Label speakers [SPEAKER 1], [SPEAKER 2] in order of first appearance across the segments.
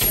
[SPEAKER 1] You're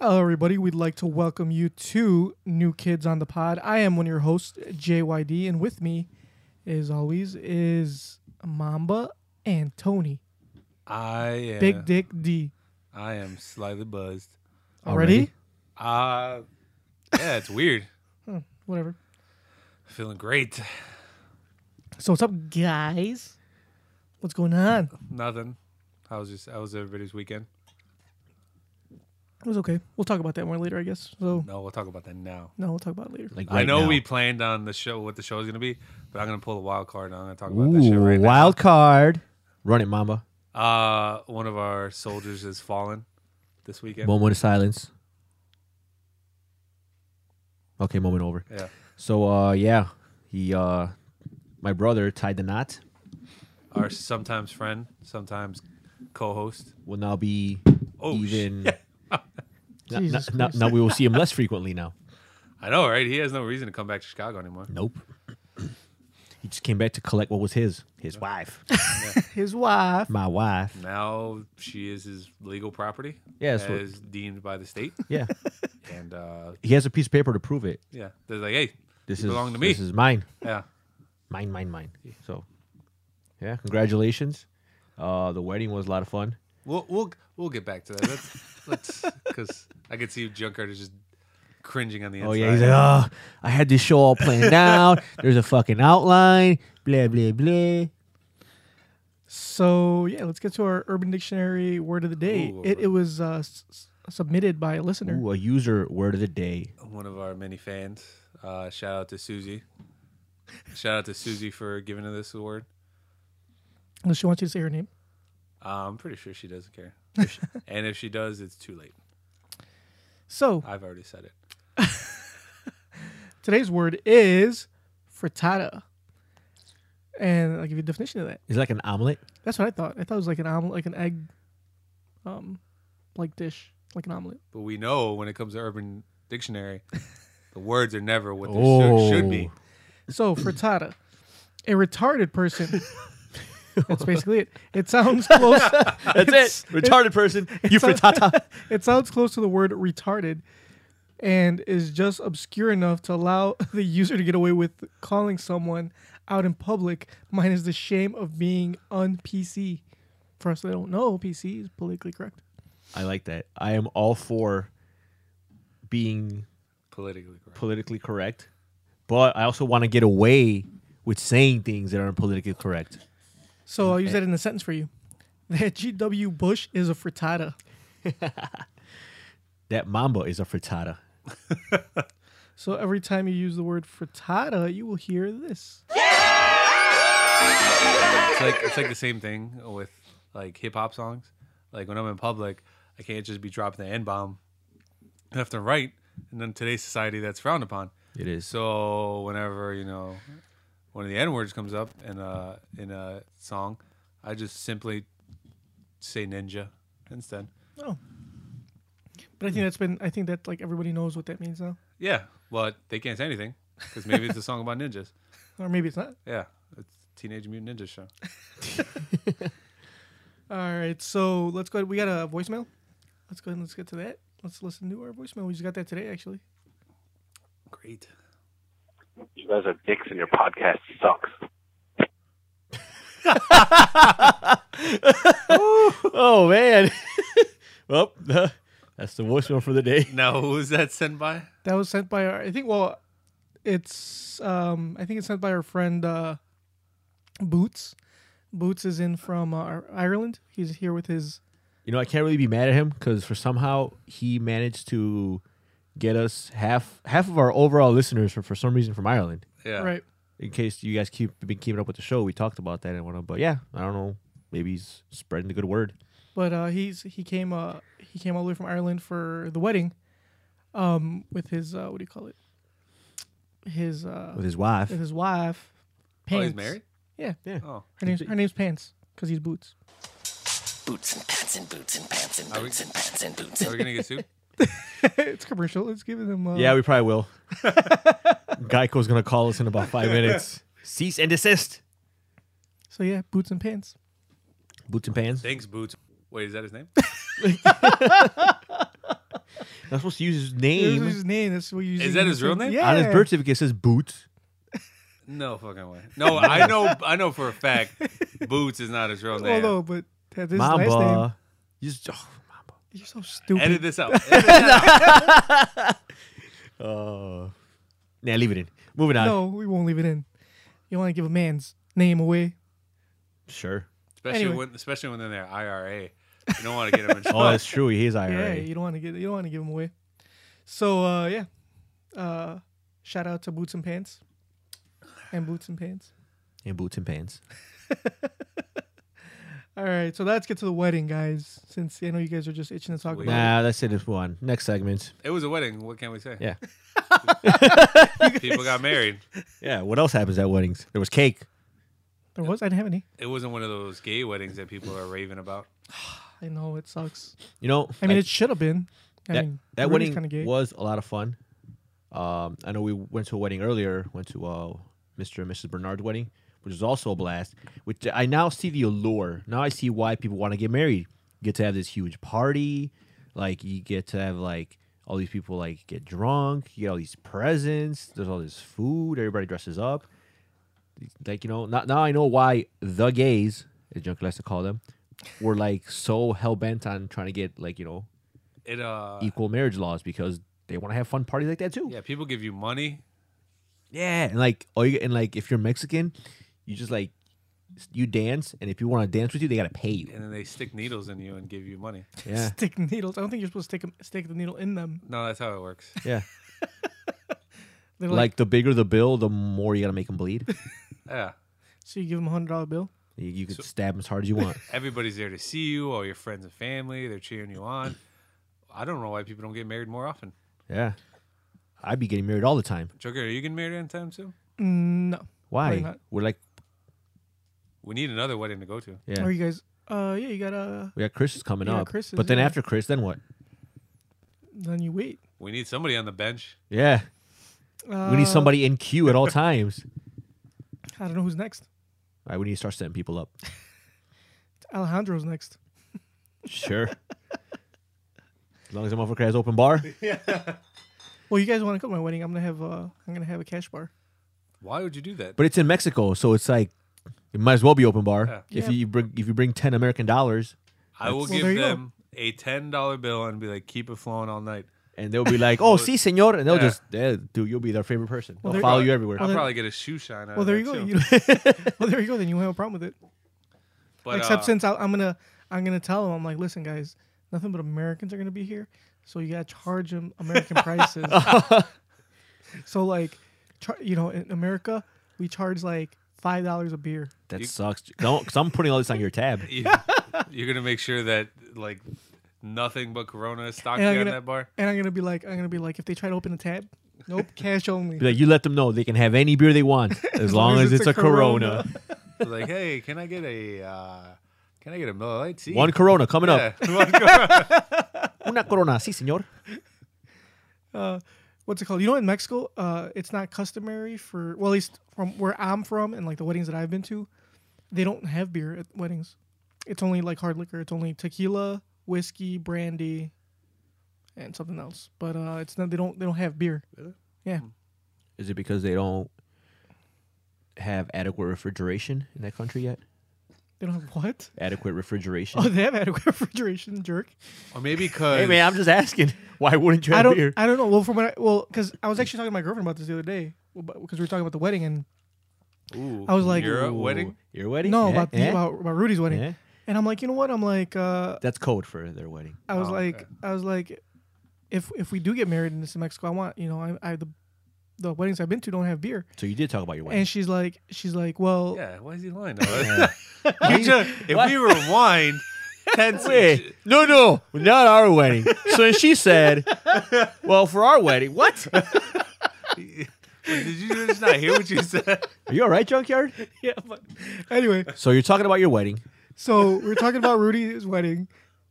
[SPEAKER 2] Hello, everybody. We'd like to welcome you to New Kids on the Pod. I am one of your hosts, JYD, and with me, as always, is Mamba and Tony.
[SPEAKER 3] I am,
[SPEAKER 2] Big Dick D.
[SPEAKER 3] I am slightly buzzed.
[SPEAKER 2] Already?
[SPEAKER 4] Already?
[SPEAKER 3] Uh yeah, it's weird.
[SPEAKER 2] Whatever.
[SPEAKER 3] Feeling great.
[SPEAKER 2] So what's up, guys? What's going on?
[SPEAKER 3] Nothing. How was just how was everybody's weekend?
[SPEAKER 2] It was okay. We'll talk about that more later, I guess. So
[SPEAKER 3] No, we'll talk about that now.
[SPEAKER 2] no, we'll talk about it later.
[SPEAKER 4] Like
[SPEAKER 3] I
[SPEAKER 4] right
[SPEAKER 3] know
[SPEAKER 4] now.
[SPEAKER 3] we planned on the show what the show is gonna be, but I'm gonna pull the wild card and I'm gonna talk about that shit
[SPEAKER 4] Ooh,
[SPEAKER 3] right
[SPEAKER 4] wild card. Run it, Mamba.
[SPEAKER 3] now. Uh one of our soldiers has fallen this weekend.
[SPEAKER 4] Moment of silence. Okay, moment over.
[SPEAKER 3] Yeah.
[SPEAKER 4] So, uh, yeah, he, uh, my brother tied the knot.
[SPEAKER 3] Our sometimes friend, sometimes co host.
[SPEAKER 4] Will now be
[SPEAKER 3] Oh,
[SPEAKER 4] even. Now- now-
[SPEAKER 2] Jesus
[SPEAKER 4] now,
[SPEAKER 2] Christ.
[SPEAKER 4] now we will see him less frequently. Now,
[SPEAKER 3] I know, right? He has no reason to come back to Chicago anymore.
[SPEAKER 4] nope. he just came back to collect what was his, his wife,
[SPEAKER 2] His wife.
[SPEAKER 4] my wife.
[SPEAKER 3] Now she is his legal property.
[SPEAKER 4] Yeah, that's what-
[SPEAKER 3] as deemed by the state.
[SPEAKER 4] Yeah,
[SPEAKER 3] and uh,
[SPEAKER 4] he has a piece of paper to prove it.
[SPEAKER 3] yeah, they're like, hey,
[SPEAKER 4] This
[SPEAKER 3] you
[SPEAKER 4] is
[SPEAKER 3] belong to me.
[SPEAKER 4] This is mine.
[SPEAKER 3] yeah,
[SPEAKER 4] mine, mine, mine. So, yeah, congratulations. Uh, the wedding was a lot of fun.
[SPEAKER 3] we'll we'll we'll get back to that. Let's let's because I could see Junkard is just cringing on the inside.
[SPEAKER 4] Oh yeah, he's like, oh, I had this show all planned out. There's a fucking outline. Blah blah blah.
[SPEAKER 2] So yeah, let's get to our Urban Dictionary word of the day.
[SPEAKER 3] Ooh.
[SPEAKER 2] It, it was uh, s- s- submitted by a listener.
[SPEAKER 4] Ooh, a user word of the day.
[SPEAKER 3] one of our many fans. Uh, shout out to Susie. Shout out to Susie for giving us this award.
[SPEAKER 2] Unless she wants you to say her name.
[SPEAKER 3] Uh, I'm pretty sure she doesn't care, and if she does, it's too late.
[SPEAKER 2] So
[SPEAKER 3] I've already said it.
[SPEAKER 2] Today's word is frittata. And I'll give you a definition of that.
[SPEAKER 4] Is it like an omelet?
[SPEAKER 2] That's what I thought. I thought it was like an omelet, like an egg, um, like dish, like an omelet.
[SPEAKER 3] But we know when it comes to Urban Dictionary, the words are never what they should, should be.
[SPEAKER 4] Oh.
[SPEAKER 2] So frittata, a retarded person. That's basically it. It sounds close.
[SPEAKER 4] That's
[SPEAKER 2] It's-
[SPEAKER 4] it. Retarded person. You frittata.
[SPEAKER 2] it sounds close to the word retarded, and is just obscure enough to allow the user to get away with calling someone out in public, minus the shame of being un PC. For us that don't know, PC is politically correct.
[SPEAKER 4] I like that. I am all for being
[SPEAKER 3] Politically correct.
[SPEAKER 4] politically correct, but I also want to get away with saying things that aren't politically correct.
[SPEAKER 2] So I'll use that in a sentence for you. That G.W. Bush is a frittata.
[SPEAKER 4] That mamba is a frittata.
[SPEAKER 2] So every time you use the word frittata, you will hear this.
[SPEAKER 3] It's like it's like the same thing with like hip hop songs. Like when I'm in public, I can't just be dropping the N bomb left and right. And then today's society that's frowned upon.
[SPEAKER 4] It is.
[SPEAKER 3] So whenever you know one of the N words comes up in a in a song, I just simply say ninja instead.
[SPEAKER 2] Oh. But I think that's been, I think that like everybody knows what that means now.
[SPEAKER 3] Yeah, but they can't say anything because maybe it's a song about ninjas.
[SPEAKER 2] Or maybe it's not.
[SPEAKER 3] Yeah, it's Teenage Mutant Ninja Show.
[SPEAKER 2] All right. So let's go ahead. We got a voicemail. Let's go ahead and let's get to that. Let's listen to our voicemail. We just got that today, actually.
[SPEAKER 3] Great.
[SPEAKER 5] You guys are dicks and your podcast sucks.
[SPEAKER 4] Oh man. well, that's the voicemail for the day.
[SPEAKER 3] Now who was that sent by?
[SPEAKER 2] That was sent by our, I think, well, it's, um, I think it's sent by our friend, uh, Boots. Boots is in from uh, Ireland. He's here with his
[SPEAKER 4] You know, I can't really be mad at him because for somehow he managed to get us half half of our overall listeners for for some reason from Ireland.
[SPEAKER 3] Yeah.
[SPEAKER 2] right.
[SPEAKER 4] In case you guys keep been keeping up with the show, we talked about that and whatnot. But yeah, I don't know. Maybe he's spreading the good word.
[SPEAKER 2] But uh, he's he came uh, he came all the way from Ireland for the wedding, um, with his uh, what do you call it? his uh
[SPEAKER 4] with his wife.
[SPEAKER 2] with his wife.
[SPEAKER 3] Oh,
[SPEAKER 2] Pants.
[SPEAKER 3] he's married.
[SPEAKER 2] Yeah.
[SPEAKER 4] Yeah.
[SPEAKER 3] Oh,
[SPEAKER 2] Her name's her name's Pants because he's Boots.
[SPEAKER 6] Boots and pants and boots and pants and
[SPEAKER 3] we-
[SPEAKER 6] boots and pants and boots
[SPEAKER 3] are
[SPEAKER 6] and
[SPEAKER 3] we gonna get sued?
[SPEAKER 2] it's commercial. It's giving them. Uh,
[SPEAKER 4] Yeah, we probably will. Geico's gonna call us in about five minutes. Cease and desist.
[SPEAKER 2] So yeah, Boots and Pants.
[SPEAKER 4] Boots and pans.
[SPEAKER 3] Thanks, Boots. Wait, is that his name?
[SPEAKER 4] Not supposed to use his
[SPEAKER 2] This
[SPEAKER 4] name
[SPEAKER 2] is his name. That's what you.
[SPEAKER 3] Is that his real name?
[SPEAKER 2] Yeah.
[SPEAKER 4] on his birth certificate. It says Boots.
[SPEAKER 3] No fucking way. No, I know. I know for a fact, Boots is not his real name.
[SPEAKER 2] Although, Oh, but that's his last name.
[SPEAKER 4] Mamba. You just- oh, Mamba.
[SPEAKER 2] You're so stupid.
[SPEAKER 3] Edit this out. Edit this out.
[SPEAKER 4] Nah, leave it in. Moving on.
[SPEAKER 2] No, we won't leave it in. You want to give a man's name away?
[SPEAKER 4] Sure.
[SPEAKER 3] especially
[SPEAKER 2] Anyway.
[SPEAKER 3] when, especially when they're in their IRA. You don't want to get him in trouble.
[SPEAKER 4] Oh, that's true. He is
[SPEAKER 2] Yeah,
[SPEAKER 4] IRA.
[SPEAKER 2] you don't want to get you don't want to give him away. So uh, yeah, uh, shout out to Boots and Pants, and Boots and Pants.
[SPEAKER 4] And boots and pants.
[SPEAKER 2] All right, so let's get to the wedding, guys. Since I know you guys are just itching to talk
[SPEAKER 3] Wait.
[SPEAKER 2] about.
[SPEAKER 4] Nah, that's it. It's one. Next segment.
[SPEAKER 3] It was a wedding. What can we say?
[SPEAKER 4] Yeah.
[SPEAKER 3] People got married.
[SPEAKER 4] Yeah. What else happens at weddings? There was cake.
[SPEAKER 2] it. There was I didn't have any.
[SPEAKER 3] It wasn't one of those gay weddings that people are raving about.
[SPEAKER 2] I know it sucks.
[SPEAKER 4] You know.
[SPEAKER 2] I mean,
[SPEAKER 4] like,
[SPEAKER 2] it should have been. I
[SPEAKER 4] that,
[SPEAKER 2] mean,
[SPEAKER 4] that
[SPEAKER 2] Rudy's
[SPEAKER 4] wedding
[SPEAKER 2] kinda gay.
[SPEAKER 4] was a lot of fun. Um, I know we went to a wedding earlier. Went to uh, Mr. and Mrs. Bernard's wedding, which was also a blast. Which I now see the allure. Now I see why people want to get married. You get to have this huge party. Like you get to have like all these people like get drunk. You get all these presents. There's all this food. Everybody dresses up. Like you know, now, now I know why the gays, as Junkie likes to call them, were like so hell bent on trying to get like you know
[SPEAKER 3] It uh,
[SPEAKER 4] equal marriage laws because they want to have fun parties like that too.
[SPEAKER 3] yeah, people give you money.
[SPEAKER 4] Yeah, and like all you and like if you're Mexican, you just like you dance, and if you want to dance with you, they gotta pay you.
[SPEAKER 3] and then they stick needles in you and give you money.
[SPEAKER 4] Yeah,
[SPEAKER 2] stick needles. I don't think you're supposed to stick 'em- stick the needle in them.
[SPEAKER 3] No, that's how it works.
[SPEAKER 4] yeah.
[SPEAKER 2] They're
[SPEAKER 4] Like,
[SPEAKER 2] like,
[SPEAKER 4] the bigger the bill, the more you gotta make them bleed.
[SPEAKER 3] Yeah,
[SPEAKER 2] so you give them a hundred dollar bill.
[SPEAKER 4] you, you could stab 'em as hard as you want.
[SPEAKER 3] everybody's there to see you. All your friends and family, they're cheering you on. I don't know why people don't get married more often.
[SPEAKER 4] Yeah, I'd be getting married all the time.
[SPEAKER 3] Joker, are you getting married anytime soon?
[SPEAKER 2] Mm, No. Why
[SPEAKER 4] Why?
[SPEAKER 2] not?
[SPEAKER 4] We're like,
[SPEAKER 3] We need another wedding to go to.
[SPEAKER 4] yeah,
[SPEAKER 2] Are you guys? Uh, yeah, you gotta.
[SPEAKER 4] we got Chris is coming
[SPEAKER 2] Yeah,
[SPEAKER 4] up,
[SPEAKER 2] Chris is,
[SPEAKER 4] but then
[SPEAKER 2] yeah.
[SPEAKER 4] after Chris, then what?
[SPEAKER 2] Then you wait.
[SPEAKER 3] We need somebody on the bench.
[SPEAKER 4] Yeah,
[SPEAKER 2] Uh,
[SPEAKER 4] we need somebody in queue at all times.
[SPEAKER 2] I don't know who's next.
[SPEAKER 4] All right, we need to start setting people up.
[SPEAKER 2] Alejandro's next.
[SPEAKER 4] Sure. as long as the motherfucker has open bar.
[SPEAKER 2] Well, you guys want to come to my wedding? I'm gonna have uh, I'm gonna have a cash bar.
[SPEAKER 3] Why would you do that?
[SPEAKER 4] But it's in Mexico, so it's like it might as well be open bar.
[SPEAKER 2] Yeah.
[SPEAKER 4] If you bring if you bring ten American dollars,
[SPEAKER 3] I will
[SPEAKER 2] Well,
[SPEAKER 3] give
[SPEAKER 2] there you go.
[SPEAKER 3] them a ten dollar bill and be like, keep it flowing all night.
[SPEAKER 4] and they'll be like, "Oh, see, senor," and they'll
[SPEAKER 3] Yeah.
[SPEAKER 4] just, yeah, dude, you'll be their favorite person.
[SPEAKER 2] Well,
[SPEAKER 4] they'll
[SPEAKER 2] there-
[SPEAKER 4] follow you everywhere.
[SPEAKER 3] I'll
[SPEAKER 2] then-
[SPEAKER 3] probably get a shoe shine. Out
[SPEAKER 2] Well,
[SPEAKER 3] of
[SPEAKER 2] there
[SPEAKER 3] that
[SPEAKER 2] you go.
[SPEAKER 3] too.
[SPEAKER 2] You well, there you go. Then you won't have a problem with it.
[SPEAKER 3] But,
[SPEAKER 2] Except
[SPEAKER 3] uh,
[SPEAKER 2] since I, I'm gonna I'm gonna tell them I'm like, listen, guys, nothing but Americans are gonna be here, so you gotta charge them American prices. so like, char- you know, in America, we charge like five dollars a beer.
[SPEAKER 4] that sucks. Don't, because I'm putting all this on your tab.
[SPEAKER 3] you, you're gonna make sure that like nothing but Corona is stocked
[SPEAKER 2] And I'm
[SPEAKER 3] on
[SPEAKER 2] gonna-
[SPEAKER 3] that bar.
[SPEAKER 2] And I'm gonna be like, I'm gonna be like, if they try to open a tab, nope, cash only.
[SPEAKER 4] Be like, you let them know they can have any beer they want as long as it's a, Corona.
[SPEAKER 3] like, hey, can I get a uh, can I get a Miller Lite? See?
[SPEAKER 4] One Corona coming
[SPEAKER 3] yeah.
[SPEAKER 4] up.
[SPEAKER 3] One Corona.
[SPEAKER 4] Una Corona, sí, senor.
[SPEAKER 2] what's it called? You know, in Mexico, uh, it's not customary for well, at least from where I'm from and like the weddings that I've been to, they don't have beer at weddings. It's only like hard liquor. It's only tequila, whiskey, brandy, and something else. But uh, it's not. They don't. They don't have beer. Yeah.
[SPEAKER 4] Hmm. Is it because they don't have adequate refrigeration in that country yet?
[SPEAKER 2] They don't have what?
[SPEAKER 4] Adequate refrigeration.
[SPEAKER 2] Oh, they have adequate refrigeration, jerk.
[SPEAKER 3] or maybe because
[SPEAKER 4] hey man, I'm just asking. Why wouldn't you have
[SPEAKER 2] I don't.
[SPEAKER 4] beer?
[SPEAKER 2] I don't know. Well, from what I, well, because I was actually talking to my girlfriend about this the other day, because we were talking about the wedding and
[SPEAKER 3] Ooh,
[SPEAKER 2] I was like,
[SPEAKER 3] you're at
[SPEAKER 4] Ooh,
[SPEAKER 3] wedding.
[SPEAKER 4] Your wedding?
[SPEAKER 2] no
[SPEAKER 4] Eh,
[SPEAKER 2] about, the,
[SPEAKER 4] eh,
[SPEAKER 2] about about Rudy's wedding,
[SPEAKER 4] eh.
[SPEAKER 2] and I'm like, you know what? I'm like, uh,
[SPEAKER 4] That's code for their wedding.
[SPEAKER 2] I was
[SPEAKER 3] Oh,
[SPEAKER 2] like,
[SPEAKER 3] okay.
[SPEAKER 2] I was like, if if we do get married in this in Mexico, I want you know, I, I the the weddings I've been to don't have beer.
[SPEAKER 4] So you did talk about your wedding.
[SPEAKER 2] And she's like, she's like, well,
[SPEAKER 3] Yeah, why is he lying? to us? We ju- if we rewind ten
[SPEAKER 4] Wait, no, no, not our wedding. So she said, "Well, for our wedding, what?
[SPEAKER 3] when Did you just not hear what you said?
[SPEAKER 4] Are you all right, Junkyard?
[SPEAKER 2] yeah, but anyway,
[SPEAKER 4] So you're talking about your wedding,
[SPEAKER 2] so we we're talking about Rudy's wedding,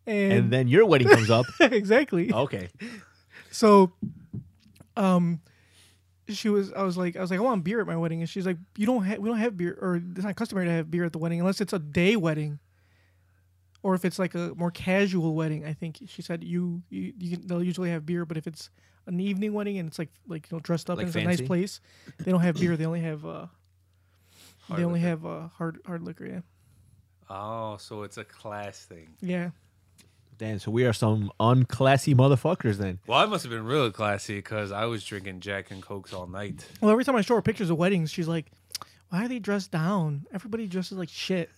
[SPEAKER 4] and
[SPEAKER 2] and,
[SPEAKER 4] then your wedding comes up.
[SPEAKER 2] exactly.
[SPEAKER 4] Okay.
[SPEAKER 2] So, um, she was. I was like, I was like, I want beer at my wedding, and she's like, you don't have. We don't have beer, or it's not customary to have beer at the wedding unless it's a day wedding, or if it's like a more casual wedding. I think she said you, you, you can- they'll usually have beer, but if it's an evening wedding and it's like like you know dressed up
[SPEAKER 4] Like
[SPEAKER 2] and it's a
[SPEAKER 4] fancy?
[SPEAKER 2] nice place, they don't have beer. They only have uh,
[SPEAKER 3] Hard
[SPEAKER 2] they only
[SPEAKER 3] liquor.
[SPEAKER 2] have uh, hard hard liquor. Yeah,
[SPEAKER 3] Oh, so it's a class thing.
[SPEAKER 2] yeah.
[SPEAKER 4] Damn. So we are some unclassy motherfuckers then.
[SPEAKER 3] Well, I must have been really classy because I was drinking Jack and Cokes all night.
[SPEAKER 2] Well, every time I show her pictures of weddings, she's like, why are they dressed down? Everybody dresses like shit.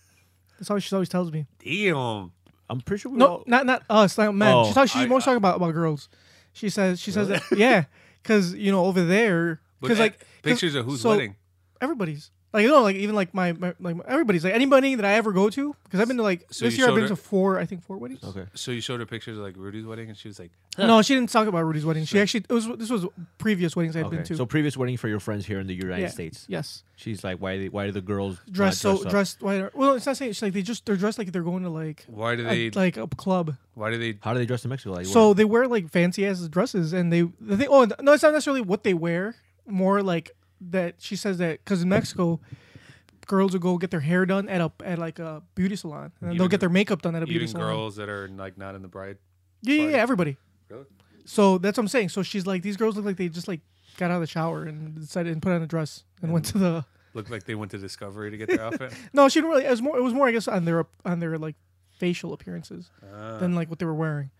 [SPEAKER 2] That's how she always tells me.
[SPEAKER 3] Damn.
[SPEAKER 4] I'm pretty sure we
[SPEAKER 2] No,
[SPEAKER 4] all.
[SPEAKER 2] not not us, not men.
[SPEAKER 4] Oh,
[SPEAKER 2] she's talking, she's
[SPEAKER 3] I-
[SPEAKER 2] more talking about, about girls. She says she says that, yeah, because you know over there,
[SPEAKER 3] But
[SPEAKER 2] because
[SPEAKER 3] eh,
[SPEAKER 2] like 'cause-
[SPEAKER 3] pictures of who's
[SPEAKER 2] so
[SPEAKER 3] wedding.
[SPEAKER 2] Everybody's like you know like even like my, my like everybody's like anybody that I ever go to because I've been to like
[SPEAKER 3] So
[SPEAKER 2] this
[SPEAKER 3] you
[SPEAKER 2] year I've
[SPEAKER 3] showed
[SPEAKER 2] been
[SPEAKER 3] her-
[SPEAKER 2] to four I think four weddings.
[SPEAKER 4] Okay.
[SPEAKER 3] So you showed her pictures of like Rudy's wedding, and she was like,
[SPEAKER 2] No, she didn't talk about Rudy's wedding. She actually it was this was previous weddings I've been
[SPEAKER 4] Okay.
[SPEAKER 2] to.
[SPEAKER 4] So previous wedding for your friends here in the United
[SPEAKER 2] Yeah.
[SPEAKER 4] States.
[SPEAKER 2] Yes.
[SPEAKER 4] She's like, why? They, why do the girls not
[SPEAKER 2] Dressed so
[SPEAKER 4] dress up?
[SPEAKER 2] dressed why are- well it's not saying it's like they just they're dressed like they're going to like
[SPEAKER 3] "Why do
[SPEAKER 2] a-
[SPEAKER 3] they?
[SPEAKER 2] like a club.
[SPEAKER 3] why do they?
[SPEAKER 4] How do they dress in Mexico? Like,
[SPEAKER 2] So they wear like fancy ass dresses, and they the thing. Oh no, it's not necessarily what they wear. More like that. She says that because in Mexico, girls will go get their hair done at a at like a beauty salon, and they'll
[SPEAKER 3] Even-
[SPEAKER 2] get their makeup done at a beauty
[SPEAKER 3] Even
[SPEAKER 2] salon.
[SPEAKER 3] girls that are like not in the bride.
[SPEAKER 2] yeah, yeah, yeah,
[SPEAKER 3] party.
[SPEAKER 2] everybody.
[SPEAKER 3] Really?
[SPEAKER 2] So that's what I'm saying. So she's like, these girls look like they just like got out of the shower and decided and put on a dress and, went
[SPEAKER 3] Mm.
[SPEAKER 2] to the.
[SPEAKER 3] Looked like they went to Discovery to get their outfit.
[SPEAKER 2] No, she didn't really. It was more. It was more, I guess, on their on their like facial appearances
[SPEAKER 3] Uh.
[SPEAKER 2] than like what they were wearing.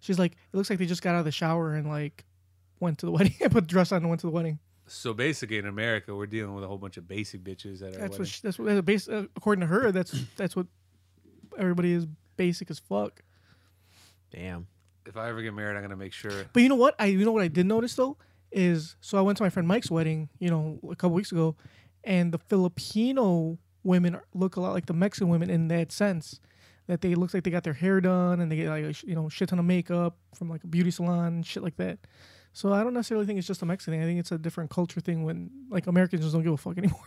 [SPEAKER 2] She's like, it looks like they just got out of the shower and like went to the wedding. I put a dress on and went to the wedding.
[SPEAKER 3] So basically, in America, we're dealing with a whole bunch of basic bitches at
[SPEAKER 2] That's
[SPEAKER 3] our wedding.
[SPEAKER 2] what. She, that's what. That's base, uh, according to her, that's that's what everybody is basic as fuck.
[SPEAKER 4] damn.
[SPEAKER 3] if I ever get married, I'm gonna make sure.
[SPEAKER 2] But you know what? I you know what I did notice though is so I went to my friend Mike's wedding, you know, a couple weeks ago, and the Filipino women are- look a lot like the Mexican women in that sense that they looks like they got their hair done and they get like a, sh- you know shit ton of makeup from like a beauty salon and shit like that. So I don't necessarily think it's just a Mexican thing. I think it's a different culture thing when like Americans just don't give a fuck anymore.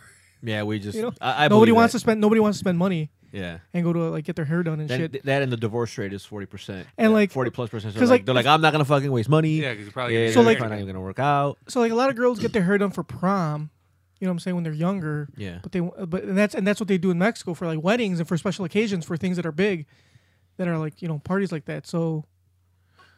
[SPEAKER 4] Yeah, we just.
[SPEAKER 2] You know,
[SPEAKER 4] I, I
[SPEAKER 2] nobody
[SPEAKER 4] believe
[SPEAKER 2] wants
[SPEAKER 4] that.
[SPEAKER 2] to spend nobody wants to spend money
[SPEAKER 4] Yeah.
[SPEAKER 2] and go to like get their hair done and
[SPEAKER 4] That,
[SPEAKER 2] shit.
[SPEAKER 4] th- that and the divorce rate is forty percent,
[SPEAKER 2] And, like-
[SPEAKER 4] forty plus percent.
[SPEAKER 2] 'cause,
[SPEAKER 4] Because like,
[SPEAKER 2] like,
[SPEAKER 4] they're like, I'm not gonna fucking waste money.
[SPEAKER 3] Yeah, 'cause you're probably
[SPEAKER 4] yeah,
[SPEAKER 3] gonna
[SPEAKER 2] So,
[SPEAKER 4] so
[SPEAKER 2] like-
[SPEAKER 4] like, not even gonna work out.
[SPEAKER 2] so like a lot of girls get their hair done for prom. You know what I'm saying when they're younger.
[SPEAKER 4] Yeah.
[SPEAKER 2] But they uh, but and that's and that's what they do in Mexico for like weddings and for special occasions for things that are big, that are like you know parties like that. So,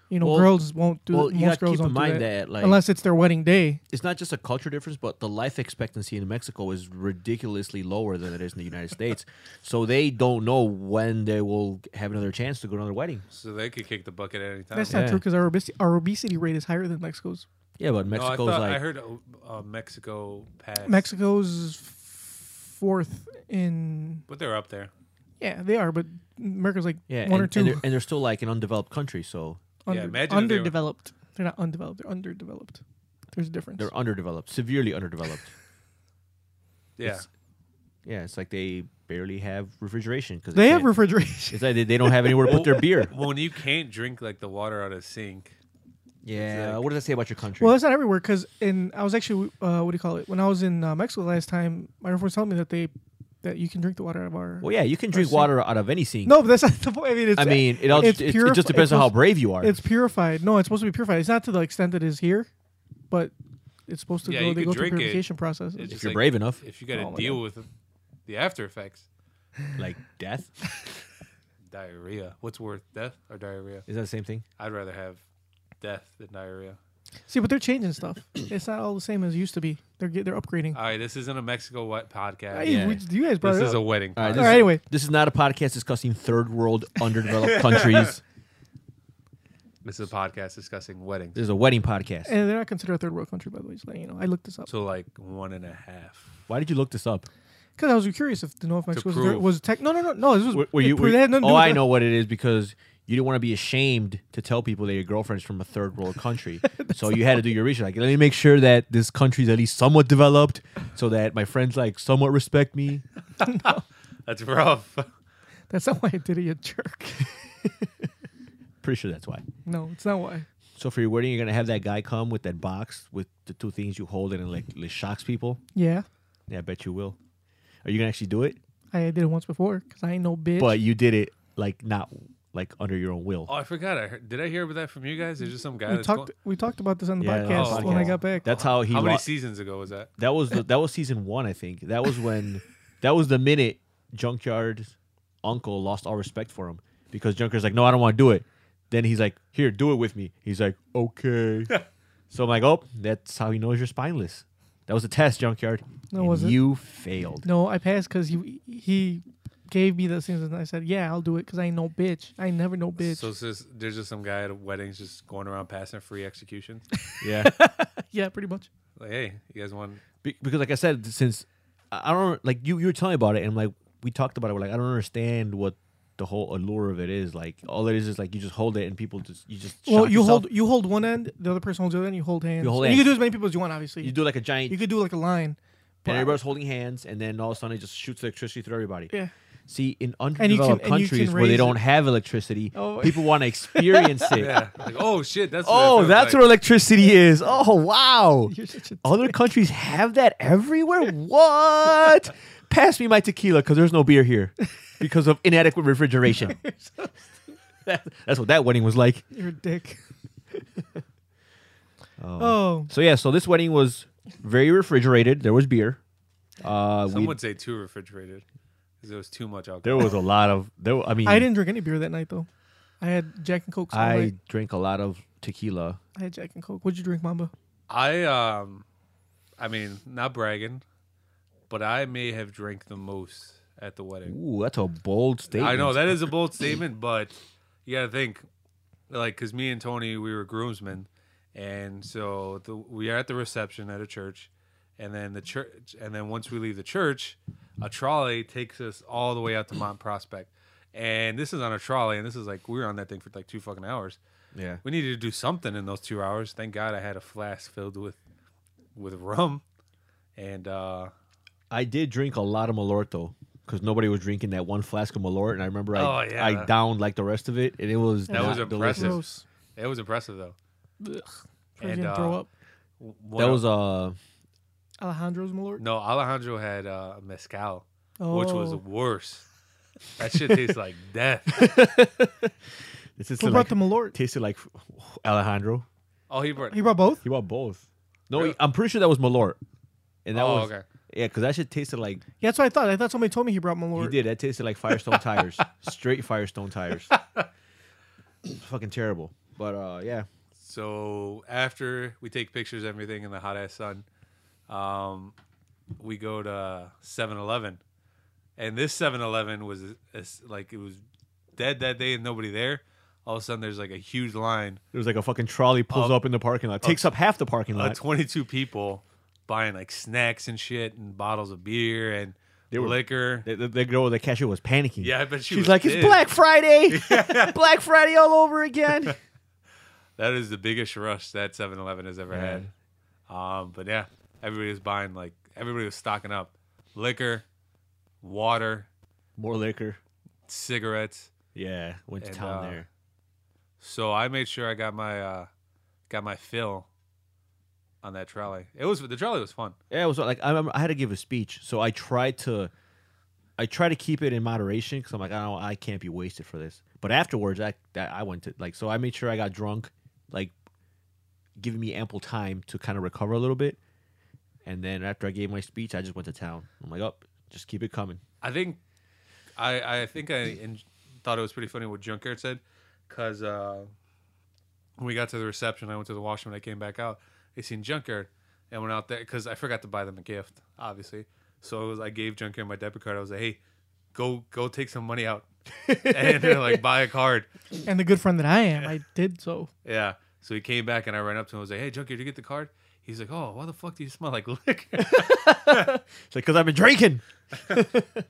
[SPEAKER 2] you know,
[SPEAKER 4] Well-
[SPEAKER 2] girls won't do.
[SPEAKER 4] well, you
[SPEAKER 2] most
[SPEAKER 4] gotta
[SPEAKER 2] girls
[SPEAKER 4] keep
[SPEAKER 2] don't
[SPEAKER 4] in
[SPEAKER 2] do
[SPEAKER 4] mind
[SPEAKER 2] that,
[SPEAKER 4] that, like-
[SPEAKER 2] unless it's their wedding day.
[SPEAKER 4] It's not just a culture difference, but the life expectancy in Mexico is ridiculously lower than it is in the United States. So they don't know when they will have another chance to go to another wedding.
[SPEAKER 3] So they could kick the bucket Oh, at any time.
[SPEAKER 2] That's
[SPEAKER 4] Yeah.
[SPEAKER 2] not true because our obesity, our obesity rate is higher than Mexico's.
[SPEAKER 4] Yeah, but
[SPEAKER 3] No, I
[SPEAKER 4] Mexico's
[SPEAKER 3] thought
[SPEAKER 4] like
[SPEAKER 3] I heard uh, Mexico passed.
[SPEAKER 2] Mexico's fourth in
[SPEAKER 3] but they're up there.
[SPEAKER 2] yeah they are, but America's like
[SPEAKER 4] yeah,
[SPEAKER 2] one
[SPEAKER 4] and,
[SPEAKER 2] or two
[SPEAKER 4] and they're, and they're still like an undeveloped country, so
[SPEAKER 2] under,
[SPEAKER 3] imagine if they were-
[SPEAKER 2] underdeveloped. They are not undeveloped. They're underdeveloped. There's a difference.
[SPEAKER 4] they're underdeveloped, severely underdeveloped.
[SPEAKER 3] Yeah,
[SPEAKER 4] yeah, it's like they barely have refrigeration because
[SPEAKER 2] They have refrigeration.
[SPEAKER 4] It's like they, they don't have anywhere to put their beer.
[SPEAKER 3] Well, when you can't drink like the water out of the sink,
[SPEAKER 4] Yeah, what does that say about your country?
[SPEAKER 2] Well, that's not everywhere because in I was actually uh, what do you call it? When I was in uh, Mexico last time, my girlfriend was telling me that they that you can drink the water out of our.
[SPEAKER 4] Well, yeah, you can drink
[SPEAKER 2] sink.
[SPEAKER 4] water out of any sink.
[SPEAKER 2] No, but that's not the point. I mean, it's,
[SPEAKER 4] I mean, it all just, it, it
[SPEAKER 2] purif-
[SPEAKER 4] just depends
[SPEAKER 2] it's
[SPEAKER 4] on how
[SPEAKER 2] supposed-
[SPEAKER 4] brave you are.
[SPEAKER 2] It's purified. No, it's supposed to be purified. It's not to the extent that it is here, but it's supposed to
[SPEAKER 3] Yeah,
[SPEAKER 2] go.
[SPEAKER 3] you
[SPEAKER 2] They
[SPEAKER 3] could
[SPEAKER 2] go through
[SPEAKER 3] drink it.
[SPEAKER 2] purification process.
[SPEAKER 3] It's just
[SPEAKER 4] you're brave enough.
[SPEAKER 3] if you got to
[SPEAKER 2] Oh my
[SPEAKER 3] deal with the after effects,
[SPEAKER 4] like death.
[SPEAKER 3] diarrhea. What's worse, death or diarrhea?
[SPEAKER 4] Is that the same thing?
[SPEAKER 3] I'd rather have death than diarrhea.
[SPEAKER 2] See, but they're changing stuff. it's not all the same as it used to be. They're get- they're upgrading.
[SPEAKER 3] All right, this isn't a Mexico wet podcast.
[SPEAKER 2] Hey,
[SPEAKER 4] yeah.
[SPEAKER 2] we- you guys brought
[SPEAKER 3] Ah, This
[SPEAKER 2] it
[SPEAKER 3] is a
[SPEAKER 2] up.
[SPEAKER 3] wedding.
[SPEAKER 4] All right,
[SPEAKER 3] podcast.
[SPEAKER 4] this,
[SPEAKER 2] All right, anyway.
[SPEAKER 4] this is not a podcast discussing third world underdeveloped countries.
[SPEAKER 3] This is a podcast discussing weddings.
[SPEAKER 4] This is a wedding podcast.
[SPEAKER 2] and they're not considered a third world country, by the way. Just letting you know, I looked this up
[SPEAKER 3] So like one and a half.
[SPEAKER 4] Why did you look this up?
[SPEAKER 2] because I was curious if the North Mexico was, a third-
[SPEAKER 3] prove.
[SPEAKER 2] was tech. No, no, no, no. This was
[SPEAKER 4] Were, were you?
[SPEAKER 2] it-
[SPEAKER 4] were-
[SPEAKER 2] it had nothing to do
[SPEAKER 4] oh,
[SPEAKER 2] with
[SPEAKER 4] I
[SPEAKER 2] that.
[SPEAKER 4] know what it is because you didn't want to be ashamed to tell people that your girlfriend's from a third world country. so you had to do your research. Like, let me make sure that this country's at least somewhat developed, so that my friends like somewhat respect me.
[SPEAKER 3] That's rough. Oh,
[SPEAKER 2] That's not why I did it, you jerk.
[SPEAKER 4] Pretty sure that's why.
[SPEAKER 2] No, it's not why.
[SPEAKER 4] So for your wedding, you're gonna have that guy come with that box with the two things you hold, and it like it shocks people.
[SPEAKER 2] Yeah,
[SPEAKER 4] Yeah, I bet you will. Are you gonna actually do it?
[SPEAKER 2] I did it once before because I ain't no bitch.
[SPEAKER 4] But you did it like not like under your own will.
[SPEAKER 3] Oh, I forgot. I heard, did I hear about that from you guys? There's just some guy
[SPEAKER 2] we
[SPEAKER 3] that's
[SPEAKER 2] talked
[SPEAKER 3] going-
[SPEAKER 2] we talked about this on the
[SPEAKER 4] Yeah, on the
[SPEAKER 2] podcast when I
[SPEAKER 4] podcast.
[SPEAKER 2] got back.
[SPEAKER 4] That's how he.
[SPEAKER 3] How many
[SPEAKER 4] lo-
[SPEAKER 3] seasons ago was that?
[SPEAKER 4] that was the, that was season one, I think. That was when that was the minute Junkyard's uncle lost all respect for him because Junkyard's like, no, I don't want to do it. Then he's like, here, do it with me. He's like, okay. so I'm like, oh, that's how he knows you're spineless. That was a test, Junkyard.
[SPEAKER 2] No,
[SPEAKER 4] and
[SPEAKER 2] was it?
[SPEAKER 4] You failed.
[SPEAKER 2] no, I passed because he he gave me those things and I said, yeah, I'll do it because I ain't no bitch. I ain't never no bitch.
[SPEAKER 3] So it's just, there's just some guy at weddings just going around passing free executions.
[SPEAKER 4] Yeah.
[SPEAKER 2] yeah, pretty much.
[SPEAKER 3] like, hey, you guys want?
[SPEAKER 4] Be- because like I said, since I I don't like you, you were telling me about it, and like we talked about it. We're like, I don't understand what the whole allure of it is. Like all it is is like you just hold it and people just you just
[SPEAKER 2] Well,
[SPEAKER 4] shock
[SPEAKER 2] you
[SPEAKER 4] yourself.
[SPEAKER 2] hold you hold one end, the other person holds the other end. You hold hands.
[SPEAKER 4] You hold
[SPEAKER 2] And You
[SPEAKER 4] hands.
[SPEAKER 2] can do as many people as you want. Obviously,
[SPEAKER 4] you do like a giant
[SPEAKER 2] You could do like a line.
[SPEAKER 4] and everybody's holding hands, and then all of a sudden it just shoots electricity through everybody.
[SPEAKER 2] Yeah.
[SPEAKER 4] See, in
[SPEAKER 2] you can-
[SPEAKER 4] underdeveloped
[SPEAKER 2] and you can
[SPEAKER 4] countries where they
[SPEAKER 2] raise
[SPEAKER 4] don't
[SPEAKER 2] it.
[SPEAKER 4] have electricity,
[SPEAKER 2] Oh.
[SPEAKER 4] people want to experience it.
[SPEAKER 3] Yeah. Like, oh shit, that's. what that
[SPEAKER 4] Oh,
[SPEAKER 3] feels
[SPEAKER 4] that's
[SPEAKER 3] like.
[SPEAKER 4] what electricity is. Oh, wow.
[SPEAKER 2] You're such a
[SPEAKER 4] Other countries have that everywhere. What? Pass me my tequila because there's no beer here because of inadequate refrigeration. That- that's what that wedding was like.
[SPEAKER 2] You're a dick. oh.
[SPEAKER 4] So yeah, so this wedding was very refrigerated. There was beer. Uh,
[SPEAKER 3] Some
[SPEAKER 4] we,
[SPEAKER 3] would say too refrigerated because there was too much alcohol.
[SPEAKER 4] there was a lot of there. I mean,
[SPEAKER 2] I didn't drink any beer that night though. I had Jack and Coke. all
[SPEAKER 4] I
[SPEAKER 2] night.
[SPEAKER 4] drank a lot of tequila.
[SPEAKER 2] I had Jack and Coke. What'd you drink, Mamba?
[SPEAKER 3] I um, I mean, not bragging, but I may have drank the most at the wedding.
[SPEAKER 4] Ooh, that's a bold statement.
[SPEAKER 3] I know that is a bold statement, but you gotta think, like, because me and Tony, we were groomsmen, and so the, we are at the reception at a church, and then the church, and then once we leave the church, a trolley takes us all the way out to Mont Prospect, and this is on a trolley, and this is like we were on that thing for like two fucking hours.
[SPEAKER 4] Yeah.
[SPEAKER 3] We needed to do something in those two hours. Thank God I had a flask filled with with rum, and uh
[SPEAKER 4] I did drink a lot of Malort though, because nobody was drinking that one flask of Malort, and I remember I,
[SPEAKER 3] Oh, yeah.
[SPEAKER 4] I downed like the rest of it, and it was
[SPEAKER 3] That was
[SPEAKER 4] not
[SPEAKER 3] impressive.
[SPEAKER 4] delicious.
[SPEAKER 2] Gross.
[SPEAKER 3] it was impressive though.
[SPEAKER 2] Probably
[SPEAKER 3] And,
[SPEAKER 2] gonna
[SPEAKER 3] uh,
[SPEAKER 2] throw up.
[SPEAKER 4] That was uh
[SPEAKER 2] Alejandro's Malort.
[SPEAKER 3] No, Alejandro had uh, mezcal,
[SPEAKER 2] oh.
[SPEAKER 3] which was worse. That shit tastes like death.
[SPEAKER 4] this is
[SPEAKER 2] Who
[SPEAKER 4] like
[SPEAKER 2] brought the Malort?
[SPEAKER 4] tasted like Alejandro.
[SPEAKER 3] Oh, he brought.
[SPEAKER 2] He brought both.
[SPEAKER 4] He bought both. No,
[SPEAKER 3] Really?
[SPEAKER 4] I'm pretty sure that was Malort, and that
[SPEAKER 3] Oh,
[SPEAKER 4] was
[SPEAKER 3] okay.
[SPEAKER 4] yeah, because that shit tasted like
[SPEAKER 2] Yeah, that's what I thought. I thought somebody told me he brought Malort.
[SPEAKER 4] he did. That tasted like Firestone tires, straight Firestone tires. Fucking terrible. But uh, yeah,
[SPEAKER 3] So after we take pictures, of everything in the hot ass sun, um, we go to 7-Eleven, and this 7-Eleven was is- like it was dead that day and nobody there. All of a sudden, there's like a huge line
[SPEAKER 4] It was like a fucking trolley
[SPEAKER 3] Um,
[SPEAKER 4] pulls up in the parking
[SPEAKER 3] uh,
[SPEAKER 4] lot, takes up half the parking
[SPEAKER 3] of
[SPEAKER 4] lot.
[SPEAKER 3] 22 people buying like snacks and shit and bottles of beer and
[SPEAKER 4] They were-
[SPEAKER 3] liquor.
[SPEAKER 4] the, the, the girl, the cashier, was panicking.
[SPEAKER 3] yeah, I bet she
[SPEAKER 4] she's
[SPEAKER 3] was
[SPEAKER 4] like, "It's
[SPEAKER 3] pissed."
[SPEAKER 4] Black Friday, Black Friday all over again."
[SPEAKER 3] That is the biggest rush that 7-Eleven has ever had. Um, but yeah, everybody was buying like everybody was stocking up, liquor, water,
[SPEAKER 4] More liquor.
[SPEAKER 3] cigarettes.
[SPEAKER 4] Yeah, went to
[SPEAKER 3] And,
[SPEAKER 4] town
[SPEAKER 3] uh,
[SPEAKER 4] there.
[SPEAKER 3] So I made sure I got my uh, got my fill on that trolley. It was the trolley was fun.
[SPEAKER 4] Yeah, it was like I, remember I had to give a speech, so I tried to, I try to keep it in moderation because I'm like, I don't, I can't be wasted for this. But afterwards, I that I went to like, so I made sure I got drunk, like, giving me ample time to kind of recover a little bit. And then after I gave my speech, I just went to town. I'm like, oh, just keep it coming.
[SPEAKER 3] I think I I think I in, thought it was pretty funny what Junkyard said because uh, when we got to the reception, I went to the washroom. and I came back out. They seen Junkyard and went out there because I forgot to buy them a gift, obviously. So it was, I gave Junkyard my debit card. I was like, "Hey, go go take some money out," and they're like, "Buy a card."
[SPEAKER 2] And the good friend that I am, I did so.
[SPEAKER 3] Yeah. So he came back and I ran up to him. I was like, "Hey, Junkyard, did you get the card?" He's like, "Oh, why the fuck do you smell like liquor?"
[SPEAKER 4] It's like because I've been drinking. it's a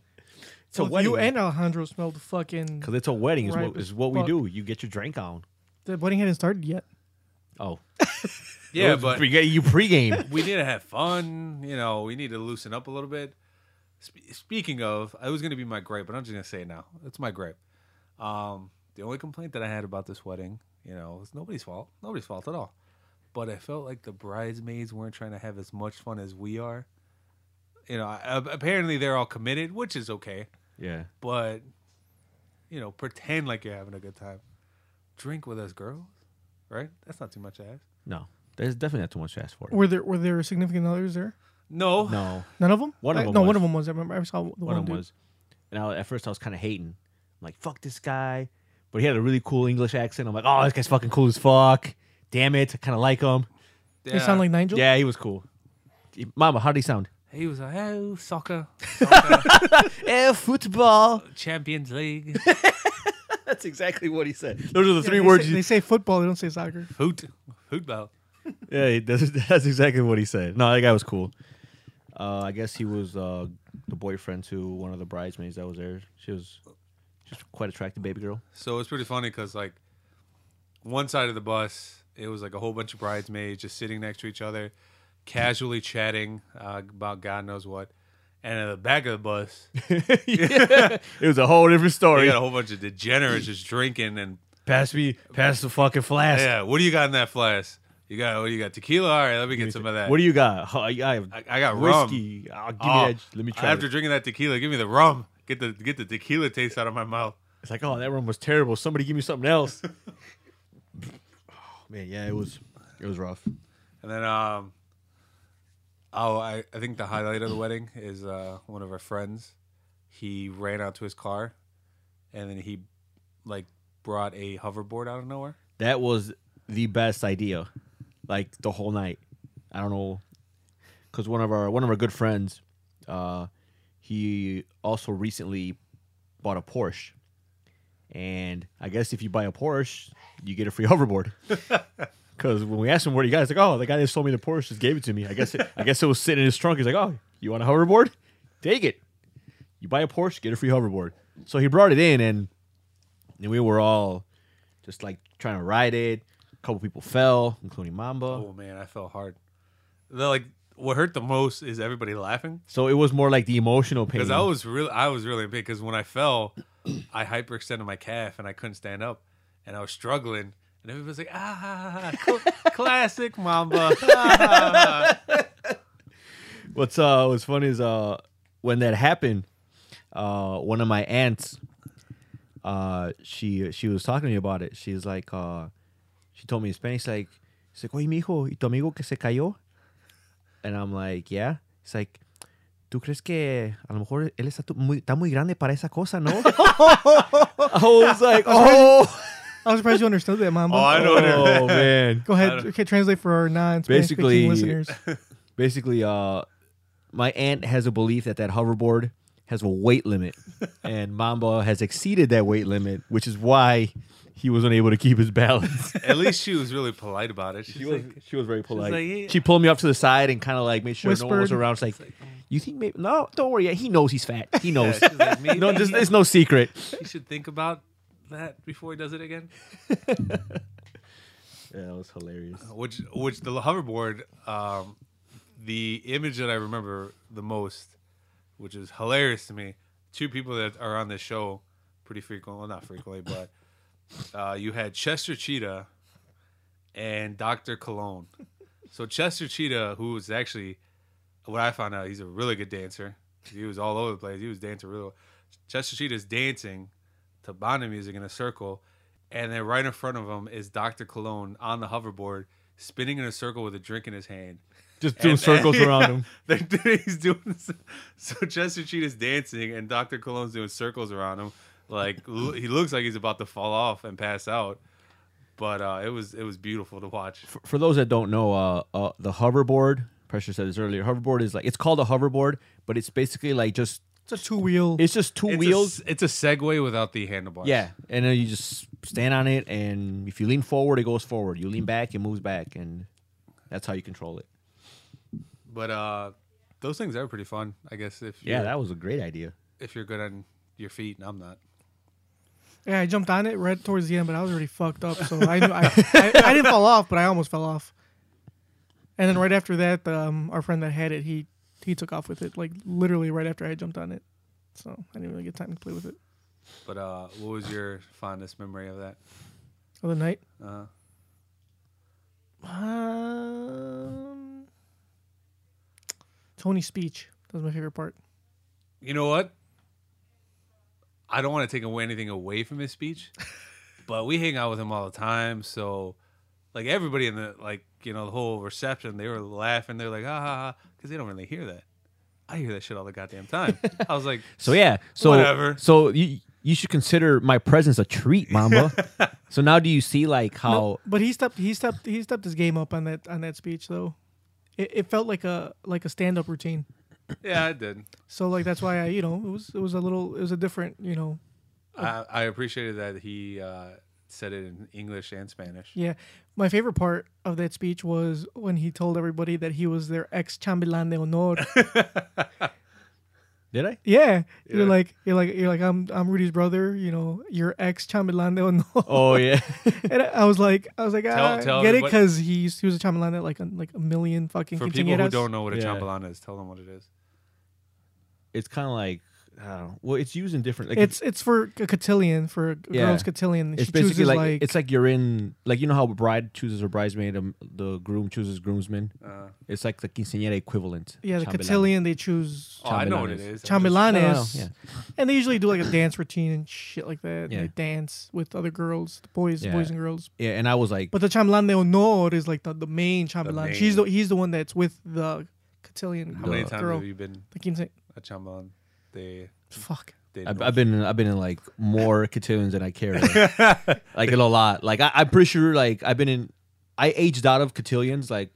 [SPEAKER 2] Both
[SPEAKER 4] wedding.
[SPEAKER 2] you and Alejandro smelled fucking.
[SPEAKER 4] because it's a wedding. Is
[SPEAKER 2] Right,
[SPEAKER 4] what
[SPEAKER 2] but
[SPEAKER 4] is what we
[SPEAKER 2] fuck.
[SPEAKER 4] do. You get your drink on.
[SPEAKER 2] The wedding hadn't started yet.
[SPEAKER 4] Oh,
[SPEAKER 3] yeah,
[SPEAKER 4] Those
[SPEAKER 3] but
[SPEAKER 4] pre- you pregame.
[SPEAKER 3] we need to have fun. You know, we need to loosen up a little bit. Spe- speaking of, it was going to be my gripe, but I'm just going to say it now. It's my gripe. Um, the only complaint that I had about this wedding You know, it's nobody's fault. Nobody's fault at all. But I felt like the bridesmaids weren't trying to have as much fun as we are. You know, I, a- apparently they're all committed, which is okay.
[SPEAKER 4] Yeah.
[SPEAKER 3] But you know, pretend like you're having a good time. Drink with us, girls. Right? That's not too much to ask.
[SPEAKER 4] No, there's definitely not too much to ask for.
[SPEAKER 2] Were there were there significant others there?
[SPEAKER 3] No.
[SPEAKER 4] No,
[SPEAKER 2] None of them.
[SPEAKER 4] One of them
[SPEAKER 2] No,
[SPEAKER 4] was.
[SPEAKER 2] one of them was. I remember. I saw the one,
[SPEAKER 4] one of them
[SPEAKER 2] dude.
[SPEAKER 4] was. And I, at first, I was kind of hating. I'm like, fuck this guy. But he had a really cool English accent. I'm like, oh, this guy's fucking cool as fuck. Damn it. I kind of like him.
[SPEAKER 2] They sound like Nigel.
[SPEAKER 4] Yeah, he was cool. He- Mama, how did he sound?
[SPEAKER 3] He was like, oh, soccer,
[SPEAKER 4] Eh, football.
[SPEAKER 3] Champions League,
[SPEAKER 4] That's exactly what he said. Those are the
[SPEAKER 2] Yeah,
[SPEAKER 4] three
[SPEAKER 2] they
[SPEAKER 4] words.
[SPEAKER 2] Say,
[SPEAKER 4] you-
[SPEAKER 2] They say football. They don't say soccer.
[SPEAKER 3] foot, football.
[SPEAKER 4] yeah, he- that's, that's exactly what he said. No, that guy was cool. Uh, I guess he was uh, the boyfriend to one of the bridesmaids that was there. She was just quite attractive baby girl.
[SPEAKER 3] So it's pretty funny because like one side of the bus, it was like a whole bunch of bridesmaids just sitting next to each other, casually chatting uh, about God knows what. And at the back of the bus,
[SPEAKER 4] it was a whole
[SPEAKER 3] they
[SPEAKER 4] different story.
[SPEAKER 3] got a whole bunch of degenerates just drinking and
[SPEAKER 4] Pass me, pass the fucking flask.
[SPEAKER 3] yeah. What do you got in that flask? You got what do you got? Tequila. All right, let me get some of that.
[SPEAKER 4] What do you got? Oh, I, I have
[SPEAKER 3] I, I got rum.
[SPEAKER 4] whiskey. I'll give
[SPEAKER 3] Oh,
[SPEAKER 4] me that. Let me try.
[SPEAKER 3] After
[SPEAKER 4] it.
[SPEAKER 3] drinking that tequila, give me the rum. Get the get the tequila taste out of my mouth.
[SPEAKER 4] It's like, oh, that rum was terrible. Somebody give me something else. oh, man, yeah, it was, it was rough.
[SPEAKER 3] And then, um, oh, I, I think the highlight of the wedding is uh, one of our friends. He ran out to his car, and then he like brought a hoverboard out of nowhere.
[SPEAKER 4] That was the best idea, like the whole night. I don't know, because one of our one of our good friends, uh, he also recently bought a Porsche, and I guess if you buy a Porsche, you get a free hoverboard. Because when we asked him where he got, it, he's like, "Oh, the guy that sold me the Porsche just gave it to me. I guess it, I guess it was sitting in his trunk." He's like, "Oh, you want a hoverboard? Take it. You buy a Porsche, get a free hoverboard." So he brought it in, and and we were all just like trying to ride it. A couple people fell, including Mamba.
[SPEAKER 3] Oh man, I felt hard. The, like what hurt the most is everybody laughing
[SPEAKER 4] So it was more like the emotional pain.
[SPEAKER 3] because I was really I was really big because when I fell, I hyperextended my calf and I couldn't stand up, and I was struggling. And everybody's like, ah, cl- classic Mamba.
[SPEAKER 4] What's uh what's funny is uh when that happened, uh one of my aunts uh she she was talking to me about it. She's like uh she told me in Spanish like she's like, "Oye, mijo, ¿y tu amigo que se cayó?" And I'm like, "Yeah." It's like ¿Tú crees que a lo mejor él está, tu- muy, está muy grande para esa cosa, no? I was like, oh,
[SPEAKER 2] I was surprised you understood that, Mamba.
[SPEAKER 3] Oh, I know what it is.
[SPEAKER 4] oh man.
[SPEAKER 2] Go
[SPEAKER 3] I
[SPEAKER 2] ahead.
[SPEAKER 3] don't-
[SPEAKER 2] Okay, translate for our non-Spanish
[SPEAKER 4] Basically-
[SPEAKER 2] speaking listeners.
[SPEAKER 4] basically uh my aunt has a belief that that hoverboard has a weight limit and mamba has exceeded that weight limit which is why he was unable to keep his balance
[SPEAKER 3] At least she was really polite about it. She's like,
[SPEAKER 4] she was very polite
[SPEAKER 3] like, "Yeah."
[SPEAKER 4] she pulled me off to the side and kind of like made sure no one was
[SPEAKER 2] Whispered.
[SPEAKER 4] around she's like you think maybe no don't worry he knows he's fat he knows
[SPEAKER 3] She's like, maybe
[SPEAKER 4] no there's, there's no secret
[SPEAKER 3] he should think about that before he does it again.
[SPEAKER 4] yeah that was hilarious
[SPEAKER 3] Uh, Which, which the hoverboard, um, the image that I remember the most, which is hilarious to me. Two people that are on this show pretty frequently, well, not frequently, but uh, you had Chester Cheetah and Doctor Cologne. So Chester Cheetah, who was actually what I found out, he's a really good dancer. He was all over the place. He was dancing real. Chester Cheetah's dancing to Banda music in a circle, and then right in front of him is Dr. Cologne on the hoverboard, spinning in a circle with a drink in his hand.
[SPEAKER 4] just doing
[SPEAKER 3] And-
[SPEAKER 4] circles around him
[SPEAKER 3] They're, he's doing this- so. Chester Cheetah's dancing, and Dr. Cologne's doing circles around him. Like l- he looks like he's about to fall off and pass out. But uh, it was it was beautiful to watch.
[SPEAKER 4] for, for those that don't know, uh, uh, the hoverboard. Pressure said this earlier. Hoverboard is like it's called a hoverboard, but it's basically like just
[SPEAKER 2] It's a two-wheel.
[SPEAKER 4] it's just two wheels.
[SPEAKER 3] It's a, Segway without the handlebars.
[SPEAKER 4] Yeah, and then you just stand on it, and if you lean forward, it goes forward. You lean back, it moves back, and that's how you control it.
[SPEAKER 3] But uh, those things are pretty fun, I guess. If
[SPEAKER 4] Yeah,
[SPEAKER 3] you're-
[SPEAKER 4] that was a great idea.
[SPEAKER 3] if you're good on your feet, and I'm not.
[SPEAKER 2] yeah, I jumped on it right towards the end, but I was already fucked up, so I knew I, I, I didn't fall off, but I almost fell off. And then right after that, um, our friend that had it, he he took off with it, like literally right after I jumped on it. So I didn't really get time to play with it.
[SPEAKER 3] But uh, what was your fondest memory of that?
[SPEAKER 2] of the night.
[SPEAKER 3] Uh,
[SPEAKER 2] Um, Tony's speech. That was my favorite part.
[SPEAKER 3] you know what? I don't want to take away anything away from his speech, but we hang out with him all the time. So, like everybody in the like you know the whole reception, they were laughing. They're like ha ha ha because they don't really hear that. I hear that shit all the goddamn time. I was like,
[SPEAKER 4] So yeah, so
[SPEAKER 3] Whatever.
[SPEAKER 4] So you you should consider my presence a treat, Mamba. so now do you see like how?
[SPEAKER 2] No, but he stepped he stepped he stepped his game up on that on that speech though. It, it felt like a like a stand up routine.
[SPEAKER 3] yeah, I did.
[SPEAKER 2] So like that's why I you know it was it was a little it was a different you know
[SPEAKER 3] I, I appreciated that he uh, said it in English and Spanish.
[SPEAKER 2] yeah. My favorite part of that speech was when he told everybody that he was their ex chambelan de honor.
[SPEAKER 4] Did I?
[SPEAKER 2] yeah, you're
[SPEAKER 3] Yeah.
[SPEAKER 2] like you're like you're like I'm I'm Rudy's brother. You know, your ex chambelan de honor.
[SPEAKER 4] Oh yeah.
[SPEAKER 2] And I I was like, I was like, ah,
[SPEAKER 3] tell
[SPEAKER 2] get it
[SPEAKER 3] everybody-
[SPEAKER 2] because he used, he was a chamelán at like a, like a million fucking.
[SPEAKER 3] For people who
[SPEAKER 2] quinceañeras.
[SPEAKER 3] don't know what a
[SPEAKER 4] Yeah.
[SPEAKER 3] chambalana is, tell them what it is.
[SPEAKER 4] it's kind of like I don't know. Well, it's used in different. Like,
[SPEAKER 2] it's it's for a cotillion for a
[SPEAKER 4] Yeah.
[SPEAKER 2] girl's cotillion.
[SPEAKER 4] it's
[SPEAKER 2] she
[SPEAKER 4] basically
[SPEAKER 2] chooses
[SPEAKER 4] like,
[SPEAKER 2] like,
[SPEAKER 4] it's like you're in like you know how a bride chooses her bridesmaid, um, the groom chooses groomsman.
[SPEAKER 3] Uh,
[SPEAKER 4] It's like the quinceañera equivalent.
[SPEAKER 2] yeah the
[SPEAKER 4] Chambelán. Oh,
[SPEAKER 2] cotillion they choose
[SPEAKER 3] oh, I know what it
[SPEAKER 4] Chambelanes.
[SPEAKER 3] is. I'm just-
[SPEAKER 2] chambelanes,
[SPEAKER 3] Oh,
[SPEAKER 4] No, no, no,
[SPEAKER 2] and they usually do like a dance routine and shit like that.
[SPEAKER 4] Yeah.
[SPEAKER 2] They dance with other girls, the boys,
[SPEAKER 4] Yeah.
[SPEAKER 2] boys and girls.
[SPEAKER 4] Yeah, and I was like,
[SPEAKER 2] But the chamelán de honor is like the, the main chamelán. She's the
[SPEAKER 3] main.
[SPEAKER 2] he's the one that's with the cotillion
[SPEAKER 3] How many
[SPEAKER 2] girl.
[SPEAKER 3] times have you been
[SPEAKER 2] the quince-
[SPEAKER 3] a chambalan? They,
[SPEAKER 2] Fuck.
[SPEAKER 3] they
[SPEAKER 4] I've, I've been in- I've been in like more cotillions than I care. About. like a lot. Like I, I'm pretty sure. Like I've been in. I aged out of cotillions like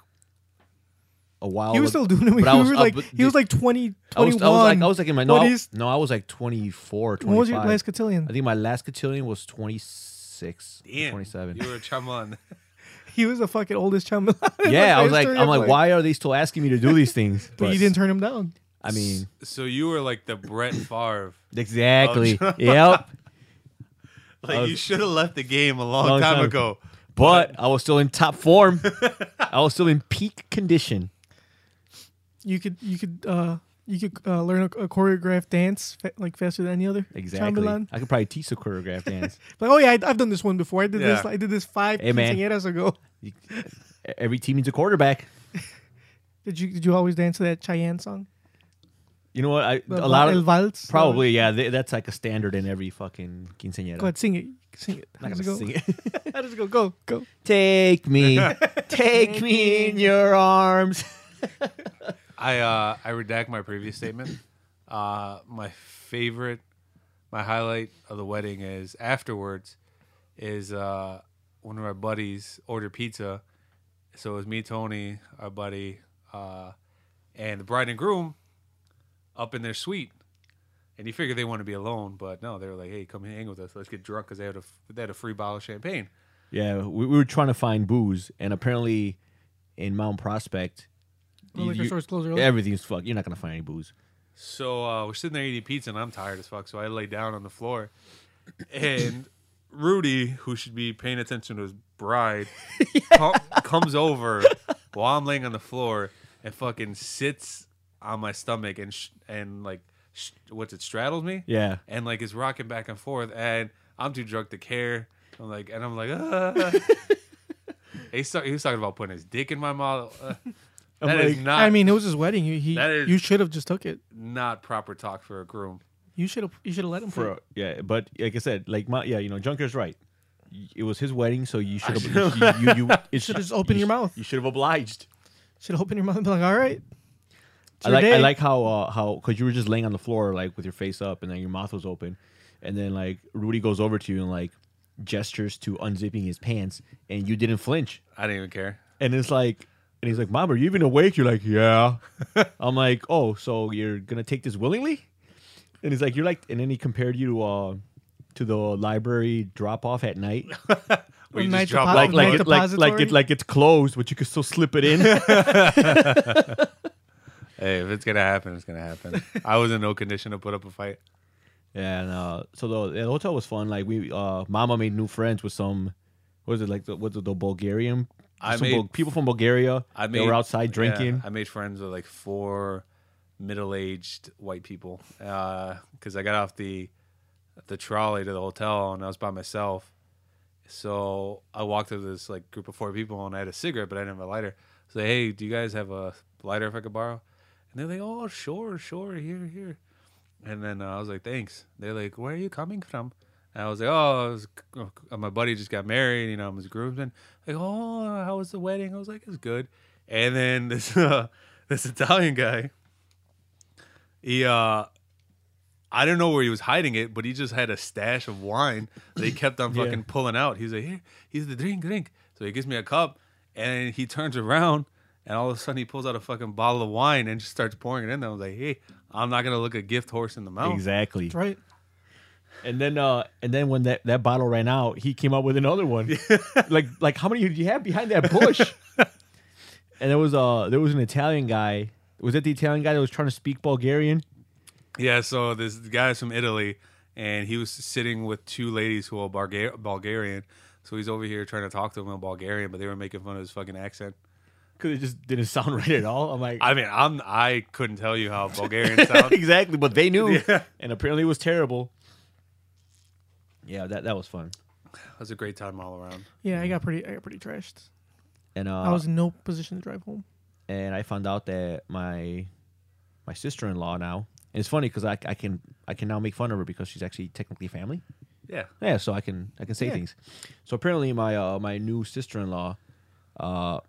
[SPEAKER 4] a while.
[SPEAKER 2] He was
[SPEAKER 4] ago,
[SPEAKER 2] still doing it. When
[SPEAKER 4] but I
[SPEAKER 2] he
[SPEAKER 4] was
[SPEAKER 2] was
[SPEAKER 4] up
[SPEAKER 2] like
[SPEAKER 4] with
[SPEAKER 2] he was
[SPEAKER 4] the-
[SPEAKER 2] like 20,
[SPEAKER 4] I was,
[SPEAKER 2] 21.
[SPEAKER 4] I was like I was like in my no,
[SPEAKER 2] What
[SPEAKER 4] I-
[SPEAKER 2] is-
[SPEAKER 4] no I was like 24, 25.
[SPEAKER 2] When was your last cotillion?
[SPEAKER 4] I think my last cotillion was 26, or
[SPEAKER 3] Damn,
[SPEAKER 4] 27.
[SPEAKER 3] You were a chambalan.
[SPEAKER 2] He was the fucking oldest chum.
[SPEAKER 4] Yeah, I was like, I'm like, why are they still asking me to do these things?
[SPEAKER 2] But you didn't turn Oh, him down.
[SPEAKER 4] I mean,
[SPEAKER 3] So you were like the Brett Favre.
[SPEAKER 4] exactly. yep.
[SPEAKER 3] Like
[SPEAKER 4] was-
[SPEAKER 3] you should have left the game a long,
[SPEAKER 4] Long
[SPEAKER 3] time,
[SPEAKER 4] time.
[SPEAKER 3] ago.
[SPEAKER 4] But I was still in top form. I was still in peak condition.
[SPEAKER 2] You could, you could, uh, you could uh, learn a, a choreographed dance fa- like faster than any other.
[SPEAKER 4] Exactly.
[SPEAKER 2] Chamberlain.
[SPEAKER 4] I could probably teach a choreograph dance.
[SPEAKER 2] Like, oh yeah, I, I've done this one before. I did this.
[SPEAKER 3] Yeah.
[SPEAKER 2] I did this five
[SPEAKER 4] Hey, man.
[SPEAKER 2] quinceañeras ago.
[SPEAKER 4] You- Every team needs a quarterback.
[SPEAKER 2] Did you did you always dance to that Cheyenne song?
[SPEAKER 4] You know what? I,
[SPEAKER 2] The
[SPEAKER 4] a lot
[SPEAKER 2] El
[SPEAKER 4] of
[SPEAKER 2] Vals.
[SPEAKER 4] probably yeah. They, that's like a standard in every fucking quinceañera.
[SPEAKER 2] Go ahead, sing it. Sing it.
[SPEAKER 4] I'm
[SPEAKER 2] How
[SPEAKER 4] not
[SPEAKER 2] does it
[SPEAKER 4] gonna
[SPEAKER 2] go?
[SPEAKER 4] sing it.
[SPEAKER 2] How does it go? Go go.
[SPEAKER 4] Take me, take me in your arms.
[SPEAKER 3] I uh, I redact my previous statement. Uh, my favorite, my highlight of the wedding is afterwards, is uh, one of our buddies ordered pizza. So it was me, Tony, our buddy, uh, and the bride and groom up in their suite. And you figure they want to be alone, but no, they were like, "Hey, come hang with us. Let's get drunk because they had a they had a free bottle of champagne."
[SPEAKER 4] Yeah, we, we were trying to find booze, and apparently, in Mount Prospect,
[SPEAKER 2] The liquor store's closed early.
[SPEAKER 4] everything's fucked. You're not gonna find any booze.
[SPEAKER 3] So uh, we're sitting there eating pizza, and I'm tired as fuck. So I lay down on the floor, and Rudy, who should be paying attention to his bride, co- comes over while I'm laying on the floor and fucking sits on my stomach and sh- and like sh- what's it straddles me,
[SPEAKER 4] Yeah,
[SPEAKER 3] and like is rocking back and forth, and I'm too drunk to care. I'm like, and I'm like, ah. He's talk- he was talking about putting his dick in my mouth. Uh, that is
[SPEAKER 4] like-
[SPEAKER 3] not
[SPEAKER 2] I mean, it was his wedding. He, he
[SPEAKER 3] That is-
[SPEAKER 2] you should have just took it.
[SPEAKER 3] not proper talk for a groom.
[SPEAKER 2] You should have you should have let him.
[SPEAKER 4] for
[SPEAKER 2] it.
[SPEAKER 4] yeah, but like I said, like my yeah, you know, Junker's right. Y- It was his wedding, so you should have you, you, you it
[SPEAKER 2] Should've just opened your
[SPEAKER 4] you sh-
[SPEAKER 2] mouth.
[SPEAKER 4] You should have obliged.
[SPEAKER 2] Should have opened your mouth and be like, all right. It's
[SPEAKER 4] I
[SPEAKER 2] your
[SPEAKER 4] like I
[SPEAKER 2] day.
[SPEAKER 4] like how uh, how because you were just laying on the floor like with your face up and then your mouth was open, and then like Rudy goes over to you and like gestures to unzipping his pants, and you didn't flinch.
[SPEAKER 3] I didn't even care.
[SPEAKER 4] And it's like, and he's like, Mom, are you even awake? You're like, Yeah. I'm like, Oh, so you're gonna take this willingly? And he's like, You're like, and then he compared you to, uh, to the library drop off at night,
[SPEAKER 3] We
[SPEAKER 2] Or
[SPEAKER 3] just
[SPEAKER 2] night
[SPEAKER 3] drop
[SPEAKER 2] depo-
[SPEAKER 3] like-
[SPEAKER 2] or
[SPEAKER 4] like
[SPEAKER 2] night
[SPEAKER 4] it, like like it
[SPEAKER 2] depository.
[SPEAKER 4] like it's closed, but you could still slip it in.
[SPEAKER 3] Hey, if it's gonna happen, it's gonna happen. I was in no condition to put up a fight.
[SPEAKER 4] and uh, so the, the hotel was fun. Like we, uh, Mama made new friends with some, what is it like? The, what's it, the Bulgarian?
[SPEAKER 3] I
[SPEAKER 4] some
[SPEAKER 3] made-
[SPEAKER 4] Bul- people from Bulgaria.
[SPEAKER 3] I
[SPEAKER 4] they were outside drinking.
[SPEAKER 3] yeah, I made friends with like four middle-aged white people uh, because I got off the the trolley to the hotel and I was by myself. So I walked up to this like group of four people and I had a cigarette, but I didn't have a lighter. So hey, do you guys have a lighter if I could borrow? And they're like, oh, sure, sure, here, here. And then uh, I was like, thanks. They're like, where are you coming from? And I was like, oh, I was, uh, my buddy just got married. You know, I'm his groomsman. Like, oh, how was the wedding? I was like, it's good. And then this uh, this Italian guy, he uh, I don't know where he was hiding it, but he just had a stash of wine that he kept on fucking pulling out. He's like, here, here's the drink, drink. So he gives me a cup, and he turns around, and all of a sudden he pulls out a fucking bottle of wine and just starts pouring it in. there. I was like, hey, I'm not gonna look a gift horse in the mouth.
[SPEAKER 4] Exactly.
[SPEAKER 2] right?
[SPEAKER 4] And then uh and then when that, that bottle ran out, he came up with another one. like like how many do you have behind that bush? and there was uh there was an Italian guy. Was that the Italian guy that was trying to speak Bulgarian?
[SPEAKER 3] Yeah, so this guy's from Italy, and he was sitting with two ladies who are Bulgar- Bulgarian. So he's over here trying to talk to them in Bulgarian, but they were making fun of his fucking accent.
[SPEAKER 4] Because it just didn't sound right at all. I'm like
[SPEAKER 3] I mean, I'm I couldn't tell you how Bulgarian sounds.
[SPEAKER 4] exactly, but they knew,
[SPEAKER 3] Yeah.
[SPEAKER 4] and apparently it was terrible. Yeah, that that was fun.
[SPEAKER 3] It was a great time all around.
[SPEAKER 2] Yeah, I got pretty, I got pretty trashed.
[SPEAKER 4] And uh,
[SPEAKER 2] I was in no position to drive home.
[SPEAKER 4] and I found out that my my sister in law now. And it's funny because I, I can I can now make fun of her because she's actually technically family.
[SPEAKER 3] Yeah,
[SPEAKER 4] Yeah, so I can I can say things. So apparently my uh, my new sister in law uh,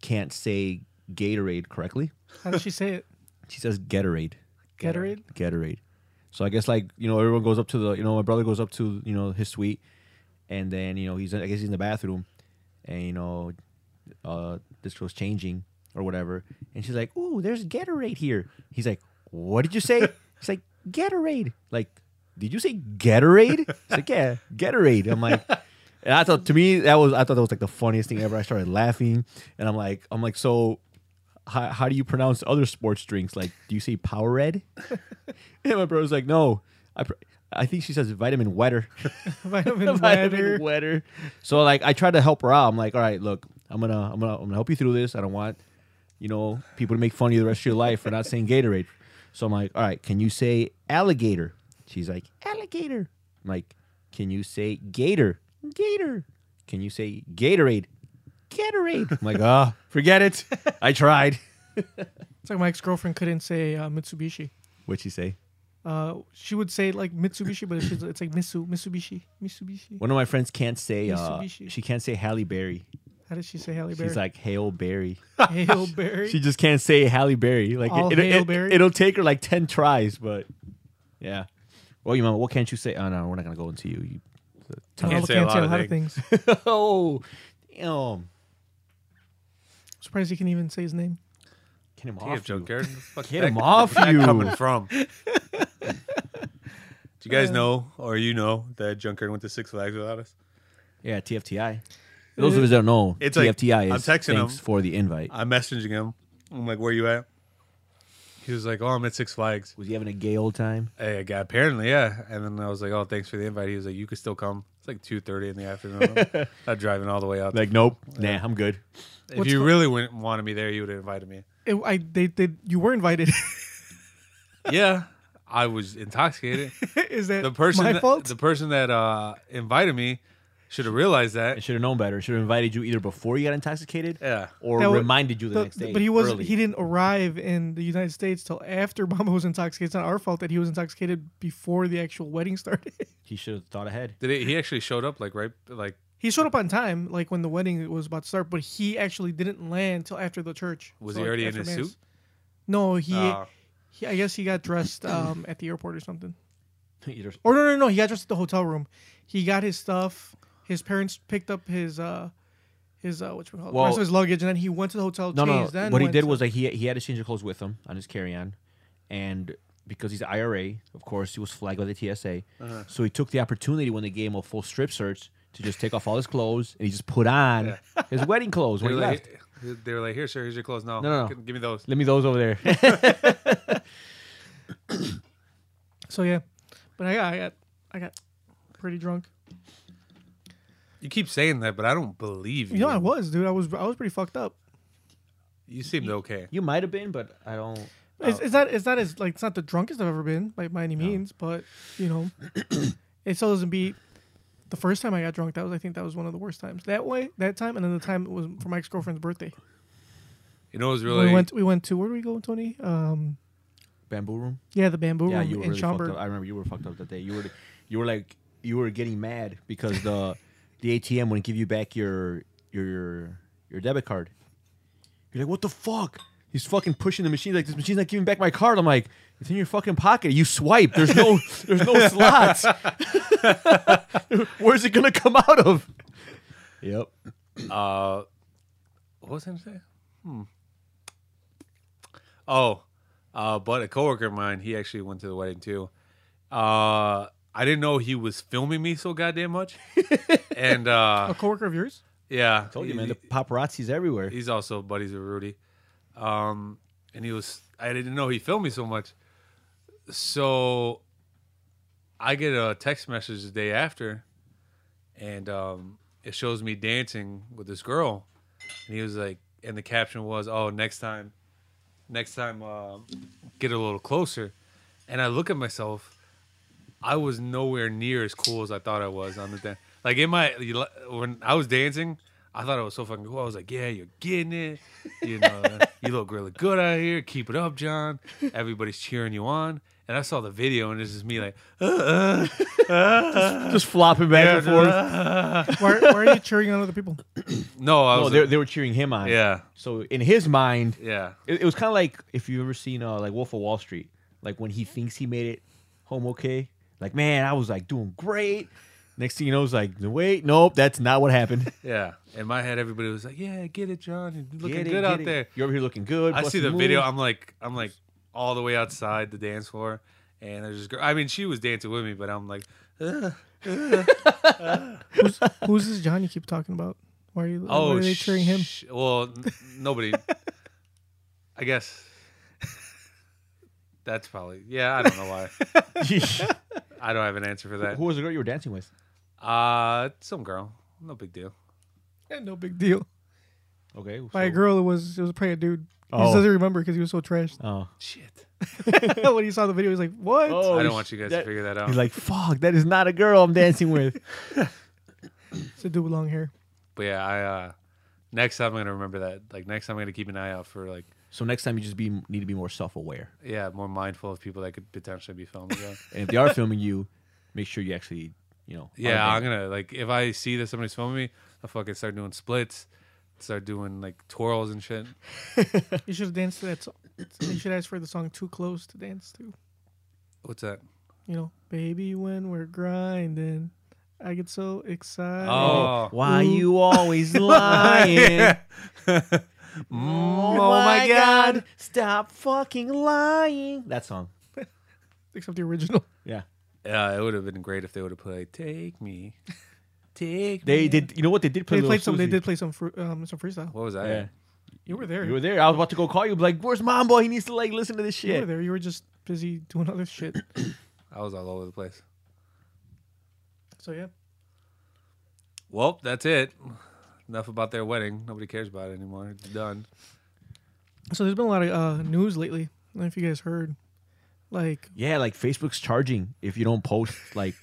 [SPEAKER 4] can't say Gatorade correctly.
[SPEAKER 2] How did she say it?
[SPEAKER 4] She says Gatorade.
[SPEAKER 2] Gatorade.
[SPEAKER 4] Gatorade. So I guess like you know everyone goes up to the you know my brother goes up to you know his suite, and then you know he's I guess he's in the bathroom, and you know, uh, this girl's changing or whatever, and she's like, "Ooh, there's Gatorade here." He's like, "What did you say?" She's like, "Gatorade." Like, did you say Gatorade? It's like, yeah, Gatorade. I'm like. And I thought to me that was I thought that was like the funniest thing ever. I started laughing, and I'm like, I'm like, so how, how do you pronounce other sports drinks? Like, do you say Powerade? and my brother's like, no, I, pr- I think she says vitamin wetter.
[SPEAKER 2] Vitamin
[SPEAKER 4] vitamin
[SPEAKER 2] water.
[SPEAKER 4] wetter. So like, I tried to help her out. I'm like, all right, look, I'm gonna, I'm gonna, I'm gonna help you through this. I don't want, you know, people to make fun of you the rest of your life for not saying Gatorade. So I'm like, all right, can you say alligator? She's like, alligator. I'm like, can you say gator? Gator. Can you say Gatorade? Gatorade. I'm like, ah, forget it. I tried.
[SPEAKER 2] It's like my ex girlfriend couldn't say uh, Mitsubishi.
[SPEAKER 4] What'd she say?
[SPEAKER 2] Uh, she would say like Mitsubishi, but it's, just- it's like Mitsu, Mitsubishi, Mitsubishi.
[SPEAKER 4] One of my friends can't say uh,
[SPEAKER 2] Mitsubishi.
[SPEAKER 4] she can't say Halle Berry.
[SPEAKER 2] How did she say Halle Berry?
[SPEAKER 4] She's like Hail Berry.
[SPEAKER 2] Hail Berry.
[SPEAKER 4] she just can't say Halle Berry. Like
[SPEAKER 2] All
[SPEAKER 4] it, will
[SPEAKER 2] Hail Berry?
[SPEAKER 4] it'll take her like ten tries, but yeah. Well, you mom, what can't you say? Oh no, we're not gonna go into you. you
[SPEAKER 2] Oh,
[SPEAKER 3] can't
[SPEAKER 2] I
[SPEAKER 3] say a lot of
[SPEAKER 2] things.
[SPEAKER 4] oh, damn.
[SPEAKER 2] surprised he can even say his name.
[SPEAKER 4] Get him
[SPEAKER 3] Damn,
[SPEAKER 4] off. you.
[SPEAKER 3] Joe Garrett, where the fuck
[SPEAKER 4] Get
[SPEAKER 3] that-
[SPEAKER 4] him off
[SPEAKER 3] where's that
[SPEAKER 4] you.
[SPEAKER 3] Coming from. Do you guys
[SPEAKER 4] Uh,
[SPEAKER 3] know, or you know, that Junker went to Six Flags without us?
[SPEAKER 4] Yeah, TFTI. Those of us that don't know,
[SPEAKER 3] It's like,
[SPEAKER 4] TFTI
[SPEAKER 3] I'm
[SPEAKER 4] is
[SPEAKER 3] texting
[SPEAKER 4] thanks
[SPEAKER 3] him.
[SPEAKER 4] for the invite.
[SPEAKER 3] I'm messaging him. I'm like, "Where you at?" He was like, "Oh, I'm at Six Flags."
[SPEAKER 4] Was he having a gay old time?
[SPEAKER 3] Hey, guy, apparently, yeah. And then I was like, "Oh, thanks for the invite." He was like, "You could still come." It's like two thirty in the afternoon. Not driving all the way out.
[SPEAKER 4] Like, nope, nah, I'm good.
[SPEAKER 3] if
[SPEAKER 2] what's
[SPEAKER 3] you
[SPEAKER 2] fu-
[SPEAKER 3] really wouldn't wanted me there, you would have invited me.
[SPEAKER 2] It, I they did. You were invited.
[SPEAKER 3] yeah, I was intoxicated.
[SPEAKER 2] Is that
[SPEAKER 3] The person,
[SPEAKER 2] my
[SPEAKER 3] that,
[SPEAKER 2] fault?
[SPEAKER 3] the person that uh, invited me, should have realized
[SPEAKER 4] I
[SPEAKER 3] that.
[SPEAKER 4] should have known better. Should have invited you either before you got intoxicated,
[SPEAKER 3] Yeah.
[SPEAKER 4] or
[SPEAKER 2] That wa-
[SPEAKER 4] reminded you the,
[SPEAKER 2] the-
[SPEAKER 4] next day.
[SPEAKER 2] but he was
[SPEAKER 4] early.
[SPEAKER 2] he didn't arrive in the United States till after Mama was intoxicated. It's not our fault that he was intoxicated before the actual wedding started.
[SPEAKER 4] He should have thought ahead.
[SPEAKER 3] Did he, he actually showed up like right like
[SPEAKER 2] he showed up on time, like when the wedding was about to start, but he actually didn't land till after the church.
[SPEAKER 3] was
[SPEAKER 2] So,
[SPEAKER 3] he
[SPEAKER 2] like,
[SPEAKER 3] already in
[SPEAKER 2] after
[SPEAKER 3] his
[SPEAKER 2] Mass.
[SPEAKER 3] suit?
[SPEAKER 2] No, he,
[SPEAKER 3] Ah.
[SPEAKER 2] he I guess he got dressed um, at the airport or something.
[SPEAKER 4] Either-
[SPEAKER 2] Or no, no, no. He got dressed at the hotel room. He got his stuff. His parents picked up his uh, his uh, what you call it, the
[SPEAKER 4] Well-
[SPEAKER 2] rest of his luggage, and then he went to the hotel.
[SPEAKER 4] no, no.
[SPEAKER 2] changed, Then
[SPEAKER 4] What he
[SPEAKER 2] went
[SPEAKER 4] did
[SPEAKER 2] to-
[SPEAKER 4] was like he he had his change of clothes with him on his carry on, and because he's IRA, of course, he was flagged by the TSA.
[SPEAKER 2] Uh-huh.
[SPEAKER 4] So he took the opportunity when they gave him a full strip search to just take off all his clothes and he just put on his wedding clothes
[SPEAKER 3] They
[SPEAKER 4] when
[SPEAKER 3] were,
[SPEAKER 4] he left.
[SPEAKER 3] like, they were like, "Here, sir, here's your clothes." No,
[SPEAKER 4] No, no, no.
[SPEAKER 3] g- give me those.
[SPEAKER 4] Let me those over there.
[SPEAKER 2] so yeah. But I got I got I got pretty drunk.
[SPEAKER 3] You keep saying that, but I don't believe you.
[SPEAKER 2] You know I was, dude. I was I was pretty fucked up.
[SPEAKER 3] You seemed okay.
[SPEAKER 4] you might have been, but I don't.
[SPEAKER 2] It's, it's not it's not as like it's not the drunkest I've ever been by, by any means, but you know, it still doesn't beat The first time I got drunk, that was I think that was one of the worst times. That way, that time, and then the time it was for my ex girlfriend's birthday.
[SPEAKER 3] You know, it was really.
[SPEAKER 2] We went. We went to where do we go, Tony? Um,
[SPEAKER 4] Bamboo room.
[SPEAKER 2] yeah, the bamboo
[SPEAKER 4] Yeah,
[SPEAKER 2] room
[SPEAKER 4] you were
[SPEAKER 2] in
[SPEAKER 4] really fucked
[SPEAKER 2] Schaumburg.
[SPEAKER 4] up. I remember you were fucked up that day. You were, you were like, you were getting mad because the, the ATM wouldn't give you back your your your debit card. You're like, what the fuck? He's fucking pushing the machine like this machine's not giving back my card. I'm like, it's in your fucking pocket. You swipe. There's no, there's no slots. Where's it gonna come out of? Yep.
[SPEAKER 3] Uh, what was I going to say? Hmm. Oh, uh, but a coworker of mine, he actually went to the wedding too. Uh, I didn't know he was filming me so goddamn much. and uh,
[SPEAKER 2] A coworker of yours?
[SPEAKER 3] yeah,
[SPEAKER 4] Told you, man.
[SPEAKER 3] he-
[SPEAKER 4] The paparazzi's everywhere.
[SPEAKER 3] he's also buddies with Rudy. Um, and he was I didn't know he filmed me so much. So I get a text message the day after and um, it shows me dancing with this girl. And he was like and the caption was, Oh, next time next time uh, get a little closer. And I look at myself, I was nowhere near as cool as I thought I was on the dance. Like in my when I was dancing, I thought I was so fucking cool. I was like, "Yeah, you're getting it. You know, you look really good out here. Keep it up, John. Everybody's cheering you on." And I saw the video, and it's just me like,
[SPEAKER 4] Just flopping back and forth.
[SPEAKER 2] Why, why are you cheering on other people?
[SPEAKER 3] "No, I
[SPEAKER 4] No,
[SPEAKER 3] was
[SPEAKER 4] they,
[SPEAKER 3] like-
[SPEAKER 4] they were cheering him on.
[SPEAKER 3] yeah,
[SPEAKER 4] So in his mind,
[SPEAKER 3] yeah."
[SPEAKER 4] It, it was kind of like if you've ever seen uh, like Wolf of Wall Street, like when he thinks he made it home okay. Like man, I was like doing great. Next thing you know, it's like wait, nope, that's not what happened.
[SPEAKER 3] Yeah, in my head, everybody was like, "Yeah, get it, John. You're looking
[SPEAKER 4] Get it,
[SPEAKER 3] good
[SPEAKER 4] get
[SPEAKER 3] out
[SPEAKER 4] it.
[SPEAKER 3] there."
[SPEAKER 4] You're over here looking good.
[SPEAKER 3] I
[SPEAKER 4] busting
[SPEAKER 3] see the video.
[SPEAKER 4] moves.
[SPEAKER 3] I'm like, I'm like all the way outside the dance floor, and there's this girl. I mean, she was dancing with me, but I'm like,
[SPEAKER 2] Who's, who's this John you keep talking about? Why are you?
[SPEAKER 3] "Oh,
[SPEAKER 2] why are they cheering him?
[SPEAKER 3] sh- well, n- nobody. I guess that's probably. Yeah, I don't know why. I don't have an answer for that.
[SPEAKER 4] Who was the girl you were dancing with?
[SPEAKER 3] Uh, some girl. No big deal.
[SPEAKER 2] no big deal.
[SPEAKER 4] Okay,
[SPEAKER 2] By a
[SPEAKER 4] so-
[SPEAKER 2] girl, it was it was probably a dude. He
[SPEAKER 4] Oh.
[SPEAKER 2] just doesn't remember because he was so trashed.
[SPEAKER 4] Oh,
[SPEAKER 3] Shit.
[SPEAKER 2] when he saw the video, he's like, "What?"
[SPEAKER 4] Oh,
[SPEAKER 3] I
[SPEAKER 4] sh-
[SPEAKER 3] don't want you guys
[SPEAKER 4] that-
[SPEAKER 3] to figure that out.
[SPEAKER 4] he's like, fuck, that is not a girl I'm dancing with.
[SPEAKER 2] It's a dude with long hair.
[SPEAKER 3] but yeah, I. uh Next time I'm gonna remember that. Like next time I'm gonna keep an eye out for like
[SPEAKER 4] so next time you just be need to be more self aware,
[SPEAKER 3] yeah more mindful of people that could potentially be filming. Yeah.
[SPEAKER 4] and if they are filming you, make sure you actually you know. are
[SPEAKER 3] Yeah,
[SPEAKER 4] dancing.
[SPEAKER 3] I'm gonna like if I see that somebody's filming me, I fucking start doing splits, start doing like twirls and shit.
[SPEAKER 2] You should have danced to that song. You should ask for the song "Too Close" to dance to.
[SPEAKER 3] What's that?
[SPEAKER 2] You know, baby, when we're grinding, I get so excited.
[SPEAKER 3] Oh,
[SPEAKER 4] Why you always lying? Mm, oh, my god. Stop fucking lying. That song.
[SPEAKER 2] Except the original.
[SPEAKER 4] Yeah.
[SPEAKER 3] yeah, it would have been great if they would have played "Take Me, Take Me."
[SPEAKER 4] They did you know what they did play?
[SPEAKER 2] They
[SPEAKER 4] Lil
[SPEAKER 2] played some. They
[SPEAKER 4] Susie.
[SPEAKER 2] did play some. Fru- um, some freestyle.
[SPEAKER 3] What was that?
[SPEAKER 4] Yeah.
[SPEAKER 2] You were there.
[SPEAKER 4] You were there. I was about to go call you, be like, where's Mambo? He needs to like listen to this
[SPEAKER 2] You were
[SPEAKER 4] shit.
[SPEAKER 2] there. You were just busy doing other shit.
[SPEAKER 3] I was all over the place.
[SPEAKER 2] So yeah.
[SPEAKER 3] Well, that's it. Enough about their wedding. Nobody cares about it anymore. It's done.
[SPEAKER 2] So there's been a lot of uh, news lately. I don't know if you guys heard. Like
[SPEAKER 4] Yeah, like Facebook's charging if you don't post like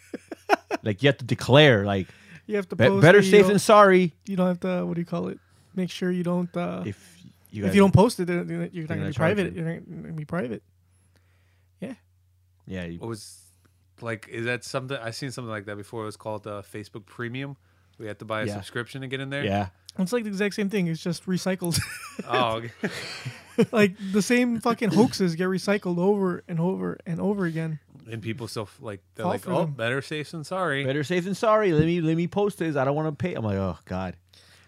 [SPEAKER 4] like you have to declare like
[SPEAKER 2] you have to
[SPEAKER 4] be-
[SPEAKER 2] post.
[SPEAKER 4] better
[SPEAKER 2] it, you
[SPEAKER 4] safe
[SPEAKER 2] don't-
[SPEAKER 4] than sorry.
[SPEAKER 2] You don't have to. uh, What do you call it? Make sure you don't. Uh, if,
[SPEAKER 4] If you guys,
[SPEAKER 2] you don't post it, then then you're not
[SPEAKER 4] gonna
[SPEAKER 2] gonna be
[SPEAKER 4] charge
[SPEAKER 2] private.
[SPEAKER 4] you.
[SPEAKER 2] You're not gonna be private.
[SPEAKER 4] Yeah, you-
[SPEAKER 3] What was like? Is that something I seen something like that before? It was called uh, Facebook Premium. We had to buy a
[SPEAKER 4] Yeah.
[SPEAKER 3] subscription to get in there.
[SPEAKER 4] yeah.
[SPEAKER 2] It's like the exact same thing. It's just recycled.
[SPEAKER 3] Oh, okay.
[SPEAKER 2] like the same fucking hoaxes get recycled over and over and over again.
[SPEAKER 3] and people still f- like they're
[SPEAKER 2] Fall
[SPEAKER 3] like,
[SPEAKER 2] for
[SPEAKER 3] oh,
[SPEAKER 2] them.
[SPEAKER 3] better safe than sorry.
[SPEAKER 4] Better safe than sorry. Let me let me post this. I don't want to pay. I'm like, oh god.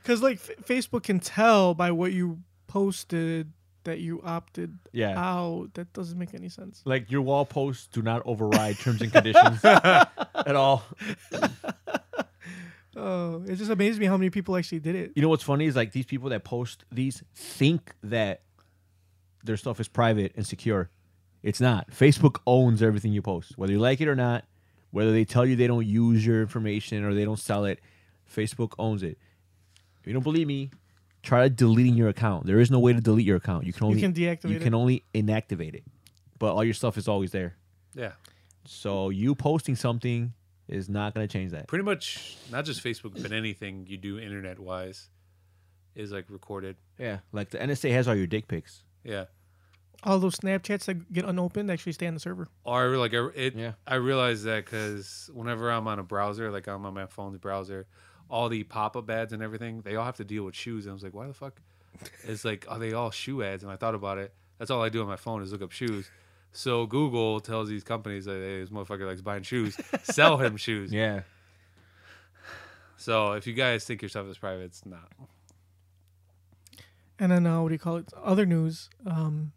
[SPEAKER 2] Because like F- Facebook can tell by what you posted that you opted
[SPEAKER 4] Yeah.
[SPEAKER 2] out. That doesn't make any sense.
[SPEAKER 4] Like your wall posts do not override terms and conditions at all.
[SPEAKER 2] Oh, it just amazes me how many people actually did it.
[SPEAKER 4] You know what's funny is like these people that post these think that their stuff is private and secure. It's not. Facebook owns everything you post, whether you like it or not, whether they tell you they don't use your information or they don't sell it. Facebook owns it. If you don't believe me, try deleting your account. There is no way to delete your account. You can only
[SPEAKER 2] can deactivate
[SPEAKER 4] You
[SPEAKER 2] it.
[SPEAKER 4] can only inactivate it, but all your stuff is always there.
[SPEAKER 3] Yeah.
[SPEAKER 4] So you posting something It's not gonna change that.
[SPEAKER 3] Pretty much, not just Facebook, but anything you do internet wise is like recorded.
[SPEAKER 4] Yeah, like the NSA has all your dick pics.
[SPEAKER 3] Yeah.
[SPEAKER 2] All those Snapchats that get unopened actually stay on the server.
[SPEAKER 3] Or like Oh, I- it,
[SPEAKER 4] Yeah.
[SPEAKER 3] I realize that because whenever I'm on a browser, like I'm on my phone's browser, all the pop-up ads and everything, they all have to deal with shoes. And I was like, why the fuck? It's like are they all shoe ads? And I thought about it. That's all I do on my phone is look up shoes. So Google tells these companies that hey, this motherfucker likes buying shoes, sell him shoes.
[SPEAKER 4] Yeah,
[SPEAKER 3] So if you guys think your stuff is private, it's not.
[SPEAKER 2] And then uh, what do you call it? Other news. Um,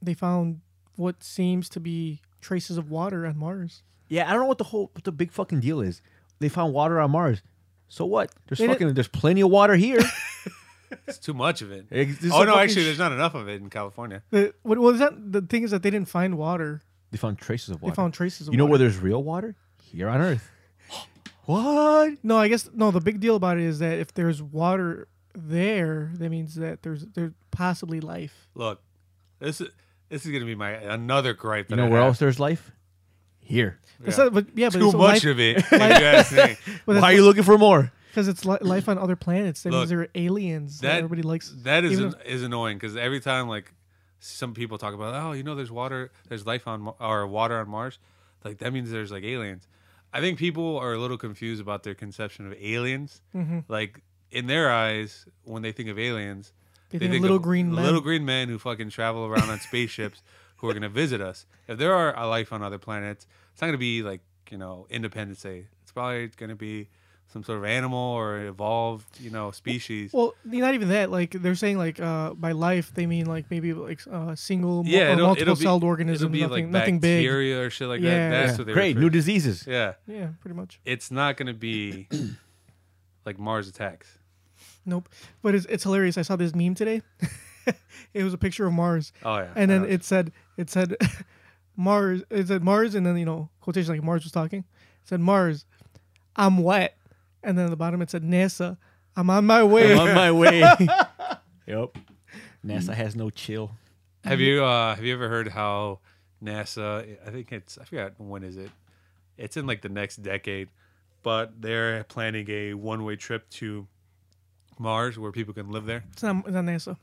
[SPEAKER 2] they found what seems to be traces of water on Mars.
[SPEAKER 4] yeah. I don't know what the whole what the big fucking deal is. They found water on Mars. So what? There's
[SPEAKER 2] They didn't-
[SPEAKER 4] fucking there's plenty of water here.
[SPEAKER 3] It's too much of it.
[SPEAKER 4] Ex- this
[SPEAKER 3] oh
[SPEAKER 4] is
[SPEAKER 3] no,
[SPEAKER 4] fucking
[SPEAKER 3] actually,
[SPEAKER 4] sh-
[SPEAKER 3] there's not enough of it in California.
[SPEAKER 2] The, what was that? The thing is that they didn't find water.
[SPEAKER 4] they found traces of water.
[SPEAKER 2] They found traces of
[SPEAKER 4] You know
[SPEAKER 2] water.
[SPEAKER 4] where there's real water? Here on Earth. what?
[SPEAKER 2] No, I guess no. The big deal about it is that if there's water there, that means that there's there's possibly life.
[SPEAKER 3] Look, this is this is gonna be my another gripe. That
[SPEAKER 4] You know
[SPEAKER 3] I
[SPEAKER 4] where
[SPEAKER 3] have.
[SPEAKER 4] else there's life? Here.
[SPEAKER 2] That's
[SPEAKER 3] Yeah.
[SPEAKER 2] not- but yeah, but
[SPEAKER 3] Too
[SPEAKER 2] it's life,
[SPEAKER 3] much of it. if you ask me.
[SPEAKER 2] But
[SPEAKER 4] Why are you looking for more?
[SPEAKER 2] Because it's li- life on other planets. That
[SPEAKER 3] Look,
[SPEAKER 2] means there are aliens. That,
[SPEAKER 3] that-
[SPEAKER 2] everybody likes.
[SPEAKER 3] That is
[SPEAKER 2] Even
[SPEAKER 3] an, is annoying because every time like some people talk about, oh, you know, there's water, there's life on Ma- or water on Mars, like that means there's like aliens. I think people are a little confused about their conception of aliens.
[SPEAKER 2] Mm-hmm.
[SPEAKER 3] Like in their eyes, when they think of aliens,
[SPEAKER 2] They think of little green men.
[SPEAKER 3] little green men who fucking travel around on spaceships who are going to visit us. If there are a life on other planets, it's not going to be like you know Independence Day. It's probably going to be some sort of animal or evolved you know species.
[SPEAKER 2] Well, not even that. Like they're saying, like uh, by life they mean like maybe like uh, single, mo-
[SPEAKER 3] yeah,
[SPEAKER 2] or
[SPEAKER 3] it'll,
[SPEAKER 2] multiple
[SPEAKER 3] it'll be,
[SPEAKER 2] celled organism,
[SPEAKER 3] It'll be
[SPEAKER 2] nothing,
[SPEAKER 3] like
[SPEAKER 2] nothing big.
[SPEAKER 3] bacteria or shit like
[SPEAKER 2] Yeah.
[SPEAKER 3] that. That's
[SPEAKER 2] Yeah.
[SPEAKER 3] what they
[SPEAKER 4] Great,
[SPEAKER 3] refer-
[SPEAKER 4] new diseases.
[SPEAKER 3] Yeah,
[SPEAKER 2] Yeah, pretty much.
[SPEAKER 3] it's not gonna be like Mars attacks.
[SPEAKER 2] Nope. But it's it's hilarious. I saw this meme today. it was a picture of Mars,
[SPEAKER 3] Oh yeah,
[SPEAKER 2] and then
[SPEAKER 3] I know.
[SPEAKER 2] it said it said Mars. It said Mars, and then you know quotation like Mars was talking. It said Mars, I'm wet, and then at the bottom it said NASA, I'm on my way.
[SPEAKER 4] I'm on my way. yep. NASA has no chill.
[SPEAKER 3] have you uh, have you ever heard how NASA? I think it's I forgot when is it. It's in like the next decade, but they're planning a one way trip to Mars where people can live there.
[SPEAKER 2] It's not, it's not NASA.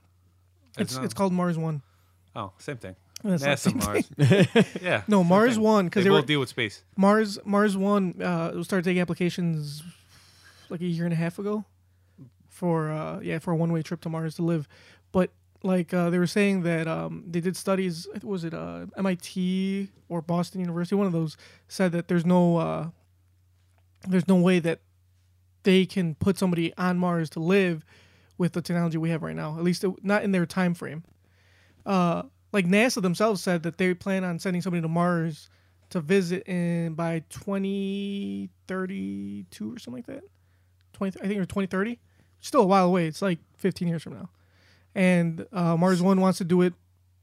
[SPEAKER 2] It's it's,
[SPEAKER 3] not-
[SPEAKER 2] called Mars One.
[SPEAKER 3] Oh, same thing.
[SPEAKER 2] That's not
[SPEAKER 3] NASA
[SPEAKER 2] same
[SPEAKER 3] Mars. yeah.
[SPEAKER 2] No,
[SPEAKER 3] same
[SPEAKER 2] Mars
[SPEAKER 3] thing.
[SPEAKER 2] One because they
[SPEAKER 3] They
[SPEAKER 2] were
[SPEAKER 3] both deal with space.
[SPEAKER 2] Mars Mars One uh, started taking applications like a year and a half ago for uh, yeah for a one way trip to Mars to live, but like uh, they were saying that um, they did studies. I think- Was it uh, MIT or Boston University? One of those said that there's no uh, there's no way that they can put somebody on Mars to live with the technology we have right now. At least it, not in their time frame. Uh, like NASA themselves said that they plan on sending somebody to Mars to visit in by 2032 or something like that. 20, I think or 2030. Still a while away. It's like 15 years from now. And uh, Mars One wants to do it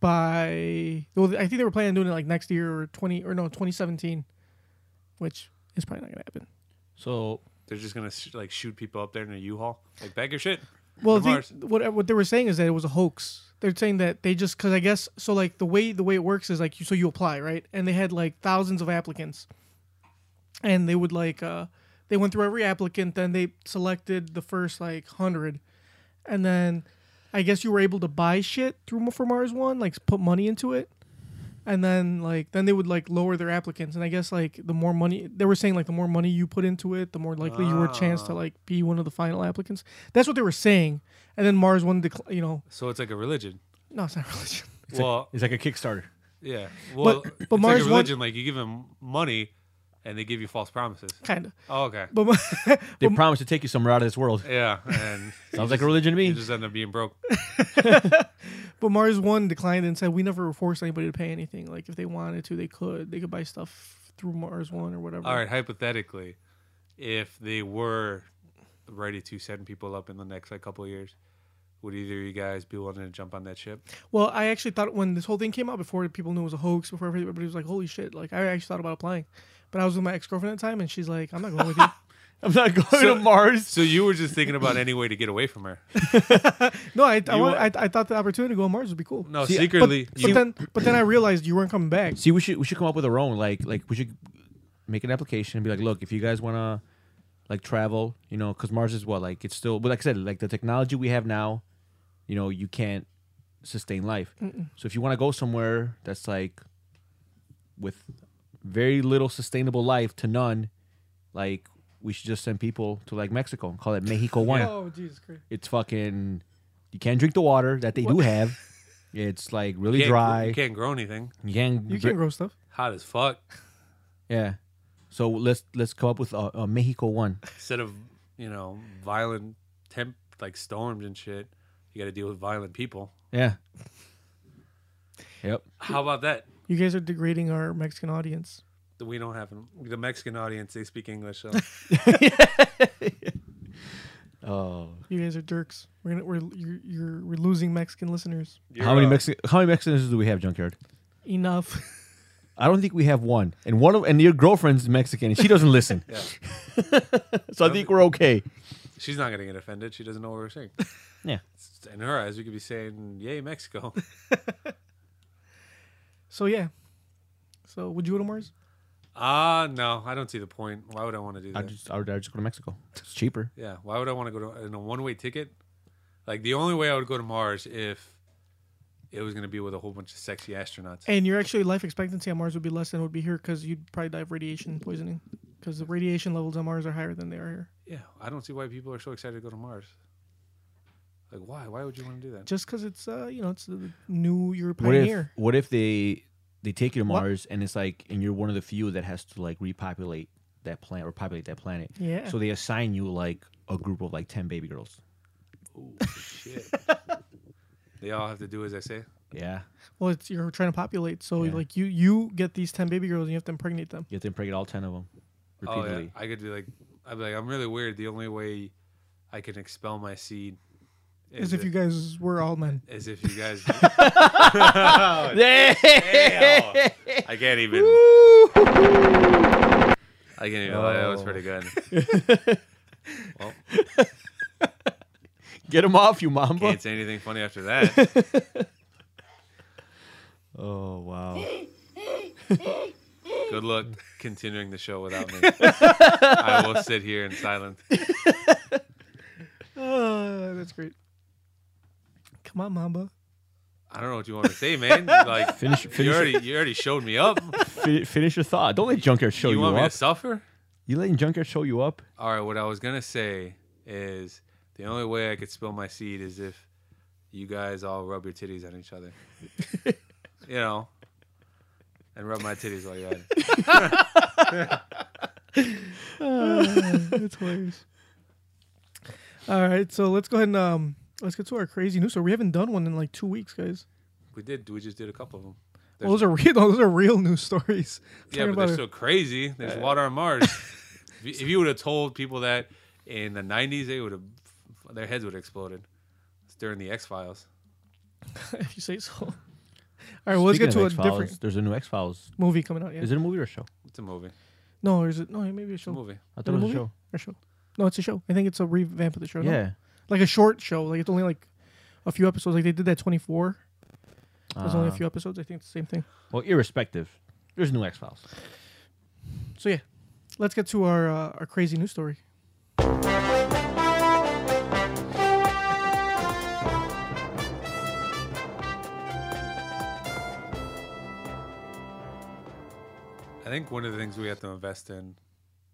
[SPEAKER 2] by. Well, I think they were planning on doing it like next year or 20 or no 2017, which is probably not gonna happen.
[SPEAKER 4] So
[SPEAKER 3] They're just gonna sh- like shoot people up there in a U-Haul. Like bag your shit.
[SPEAKER 2] Well,
[SPEAKER 3] From
[SPEAKER 2] the thing- what what they were saying is that it was a hoax. They're saying that they just because I guess so like the way the way it works is like you so you apply right, and they had like thousands of applicants, and they would like uh they went through every applicant, then they selected the first like hundred, and then I guess you were able to buy shit through for Mars One, like put money into it, and then like then they would like lower their applicants, and I guess like the more money they were saying like the more money you put into it, the more likely you were a chance
[SPEAKER 4] Ah.
[SPEAKER 2] to like be one of the final applicants. That's what they were saying, and then Mars One, decl- you know,
[SPEAKER 3] So it's like a religion.
[SPEAKER 2] no, it's not religion.
[SPEAKER 3] well,
[SPEAKER 4] it's like a Kickstarter.
[SPEAKER 3] yeah. Well,
[SPEAKER 2] but
[SPEAKER 3] it's like
[SPEAKER 2] Mars
[SPEAKER 3] a
[SPEAKER 2] one-
[SPEAKER 3] religion, like you give them money, and they give you false promises.
[SPEAKER 2] kind of,
[SPEAKER 3] Oh, okay.
[SPEAKER 2] but Ma-
[SPEAKER 4] They promise to take you somewhere out of this world.
[SPEAKER 3] Yeah, and
[SPEAKER 4] Sounds like a religion to
[SPEAKER 3] you
[SPEAKER 4] me.
[SPEAKER 3] just end up being broke.
[SPEAKER 2] but Mars One declined and said we never forced anybody to pay anything. Like if they wanted to, they could, they could buy stuff through Mars One or whatever.
[SPEAKER 3] All right. Hypothetically, if they were ready to send people up in the next like couple of years, would either of you guys be willing to jump on that ship?
[SPEAKER 2] Well, I actually thought when this whole thing came out before people knew it was a hoax, before everybody was like, "Holy shit!" Like I actually thought about applying, but I was with my ex girlfriend at the time, and she's like, "I'm not going with you."
[SPEAKER 4] I'm not going
[SPEAKER 3] So-
[SPEAKER 4] to Mars.
[SPEAKER 3] So you were just thinking about any way to get away from her.
[SPEAKER 2] no, I, I,
[SPEAKER 3] You
[SPEAKER 2] wa-
[SPEAKER 3] wa-
[SPEAKER 2] I, I thought the opportunity to go on Mars would be cool.
[SPEAKER 3] No,
[SPEAKER 4] See, but-
[SPEAKER 2] but,
[SPEAKER 3] secretly.
[SPEAKER 2] but
[SPEAKER 3] you,
[SPEAKER 2] then but then I realized you weren't coming back.
[SPEAKER 4] See, we should we should come up with our own like like we should make an application and be like, look, if you guys want to like travel, you know, because Mars is what like it's still, but like I said, like the technology we have now, you know, you can't sustain life. So if you want to go somewhere that's like with very little sustainable life to none, like we should just send people to like Mexico and call it Mexico One.
[SPEAKER 2] Oh Jesus Christ!
[SPEAKER 4] It's fucking you can't drink the water that they do have. It's like really
[SPEAKER 3] Can't gr-
[SPEAKER 4] dry.
[SPEAKER 3] you can't grow anything.
[SPEAKER 4] You can't.
[SPEAKER 2] You
[SPEAKER 4] dri-
[SPEAKER 2] can grow stuff.
[SPEAKER 3] Hot as fuck.
[SPEAKER 4] Yeah. So let's let's come up with a, a Mexico one.
[SPEAKER 3] Instead of you know violent temp like storms and shit, you got to deal with violent people.
[SPEAKER 4] Yeah. Yep.
[SPEAKER 3] How about that?
[SPEAKER 2] You guys are degrading our Mexican audience.
[SPEAKER 3] We don't have the Mexican audience. They speak English, so
[SPEAKER 4] Oh.
[SPEAKER 2] You guys are jerks. We're gonna, we're you're, you're we're losing Mexican listeners.
[SPEAKER 4] how many
[SPEAKER 3] Mexican?
[SPEAKER 4] Mexican How many Mexicans do we have, Junkyard?
[SPEAKER 2] Enough.
[SPEAKER 4] I don't think we have one. And one of and your girlfriend's Mexican, and she doesn't listen. so I think we're okay.
[SPEAKER 3] She's not gonna get offended. She doesn't know what we're saying.
[SPEAKER 4] Yeah.
[SPEAKER 3] In her eyes, we could be saying, "Yay, Mexico!"
[SPEAKER 2] so yeah. So would you go to Mars?
[SPEAKER 3] Ah, no, I don't see the point. Why would I want to do
[SPEAKER 4] I
[SPEAKER 3] that?
[SPEAKER 4] just I would, I would just go to Mexico. It's cheaper.
[SPEAKER 3] Yeah, why would I want to go to in a one-way ticket? Like the only way I would go to Mars if it was gonna be with a whole bunch of sexy astronauts.
[SPEAKER 2] And your actually life expectancy on Mars would be less than it would be here because you'd probably die of radiation poisoning because the radiation levels on Mars are higher than they are here.
[SPEAKER 3] Yeah, I don't see why people are so excited to go to Mars. Like, why? Why would you want to do that?
[SPEAKER 2] Just because it's uh you know it's the new you're a
[SPEAKER 4] What if
[SPEAKER 2] pioneer.
[SPEAKER 4] What if they they take you to
[SPEAKER 2] What?
[SPEAKER 4] Mars and it's like and you're one of the few that has to like repopulate that planet or populate that planet.
[SPEAKER 2] Yeah.
[SPEAKER 4] So they assign you like a group of like ten baby girls.
[SPEAKER 3] Shit. they all have to do as I say.
[SPEAKER 4] Yeah.
[SPEAKER 2] Well, it's you're trying to populate, so
[SPEAKER 4] Yeah.
[SPEAKER 2] like you you get these ten baby girls and you have to impregnate them.
[SPEAKER 4] You have to impregnate all ten of them repeatedly.
[SPEAKER 3] Oh, yeah. I could be like, I'd be like, I'm really weird. The only way I can expel my seed
[SPEAKER 2] As if you guys were all men.
[SPEAKER 3] as if you guys. Oh,
[SPEAKER 4] Yeah.
[SPEAKER 3] I can't even. I can't even. lie. That was pretty good. well,
[SPEAKER 4] Get him off, you mamba.
[SPEAKER 3] can't say anything funny after that.
[SPEAKER 4] Oh wow.
[SPEAKER 3] Good luck continuing the show without me. I will sit here in silence.
[SPEAKER 2] Uh, that's great. Come on, Mamba.
[SPEAKER 3] I don't know what you want me to say, man. Like,
[SPEAKER 4] Finish-
[SPEAKER 3] you
[SPEAKER 4] finish
[SPEAKER 3] already, you already showed me up.
[SPEAKER 4] Fi- finish your thought. Don't let Junker show
[SPEAKER 3] you
[SPEAKER 4] you,
[SPEAKER 3] want me
[SPEAKER 4] up.
[SPEAKER 3] to suffer?
[SPEAKER 4] You letting Junker show you up?
[SPEAKER 3] All right, what I was gonna say is the only way I could spill my seed is if you guys all rub your titties on each other, you know, and rub my titties while you're at it.
[SPEAKER 2] That's hilarious. All right, so let's go ahead and um, let's get to our crazy news. So we haven't done one in like two weeks, guys.
[SPEAKER 3] We did, we just did a couple of them.
[SPEAKER 2] Well, those are real. Those are real news stories.
[SPEAKER 3] Yeah,
[SPEAKER 2] Talking
[SPEAKER 3] but they're
[SPEAKER 2] about
[SPEAKER 3] so crazy. There's water on Mars. if you, if you would have told people that in the '90s, they would have, their heads would have exploded. It's during the X Files.
[SPEAKER 2] it, if you say so. All right, well, let's get to a different
[SPEAKER 4] There's a new X Files.
[SPEAKER 2] movie coming out. Yeah.
[SPEAKER 4] Is it a movie or a show?
[SPEAKER 3] It's a movie.
[SPEAKER 2] no, or is it? No, maybe a
[SPEAKER 3] It's a
[SPEAKER 2] show.
[SPEAKER 3] movie.
[SPEAKER 4] I
[SPEAKER 2] Is it
[SPEAKER 4] thought it was a show.
[SPEAKER 2] Or show. No, it's a show. I think it's a revamp of the show. no?
[SPEAKER 4] Yeah.
[SPEAKER 2] like a short show. Like it's only like a few episodes. Like they did that twenty four. There's only a
[SPEAKER 4] Ah.
[SPEAKER 2] few episodes. I think it's the same thing.
[SPEAKER 4] Well, irrespective, there's a new X Files.
[SPEAKER 2] So yeah, let's get to our uh, our crazy news story.
[SPEAKER 3] I think one of the things we have to invest in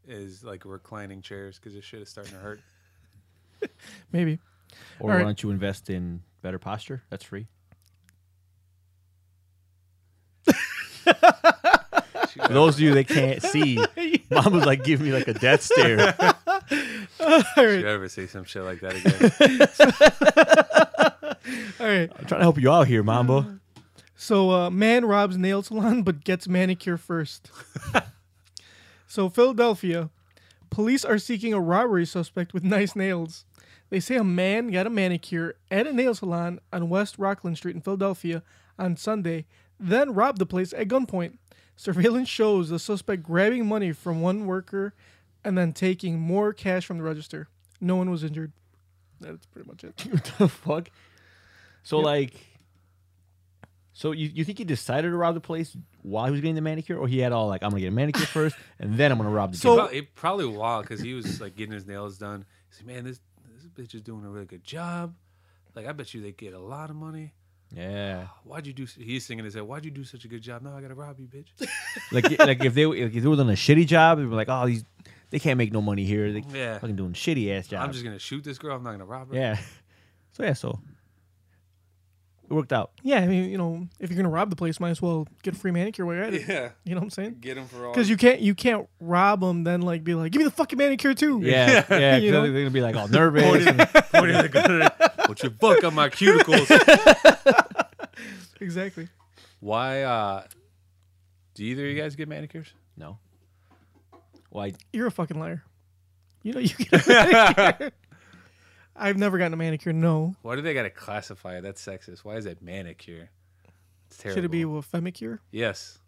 [SPEAKER 3] is like reclining chairs because this shit is starting to hurt.
[SPEAKER 2] Maybe. All
[SPEAKER 4] Or
[SPEAKER 2] right.
[SPEAKER 4] why don't you invest in better posture? That's free. For those of you that can't see, mom was like, "Give me like a death stare."
[SPEAKER 3] Should I ever say some shit like that again?
[SPEAKER 2] All right.
[SPEAKER 4] I'm trying to help you out here, Mambo.
[SPEAKER 2] So uh, man robs nail salon but gets manicure first. so Philadelphia, police are seeking a robbery suspect with nice nails. They say a man got a manicure at a nail salon on West Rockland Street in Philadelphia on Sunday, then robbed the place at gunpoint. Surveillance shows the suspect grabbing money from one worker and then taking more cash from the register. No one was injured. That's pretty much it.
[SPEAKER 4] what the fuck? So like, So you, you think he decided to rob the place while he was getting the manicure, or he had all like I'm gonna get a manicure first and then I'm gonna rob the
[SPEAKER 2] So-
[SPEAKER 4] so,
[SPEAKER 3] Prob- it probably a while because he was like getting his nails done. He's like, man, this this bitch is doing a really good job. Like, I bet you they get a lot of money.
[SPEAKER 4] yeah.
[SPEAKER 3] Why'd you do? s-" He's singing his head. Why'd you do such a good job? Now I gotta rob you, bitch.
[SPEAKER 4] Like like if they like if they were doing a shitty job, they'd be like, oh these they can't make no money here. They
[SPEAKER 3] Yeah.
[SPEAKER 4] fucking doing shitty ass jobs.
[SPEAKER 3] I'm just gonna shoot this girl. I'm not gonna rob her.
[SPEAKER 4] yeah. So yeah, so it worked out.
[SPEAKER 2] Yeah, I mean, you know, if you're gonna rob the place, might as well get a free manicure while you're at it.
[SPEAKER 3] yeah.
[SPEAKER 2] You know what I'm saying?
[SPEAKER 3] Get him for all.
[SPEAKER 2] Because you can't you can't rob them, then like be like, give me the fucking manicure too.
[SPEAKER 4] Yeah, yeah.
[SPEAKER 2] You
[SPEAKER 4] 'cause
[SPEAKER 2] know?
[SPEAKER 4] They're gonna be like all nervous. and-
[SPEAKER 3] pointing the gun. at- Put your book on my cuticles.
[SPEAKER 2] exactly.
[SPEAKER 3] Why? uh Do either of you guys get manicures?
[SPEAKER 4] no. Why?
[SPEAKER 2] You're a fucking liar. You know you get a manicure. I've never gotten a manicure. No,
[SPEAKER 3] Why do they gotta classify it? That's sexist. Why is that manicure? It's terrible.
[SPEAKER 2] should it be a femicure?
[SPEAKER 3] Yes.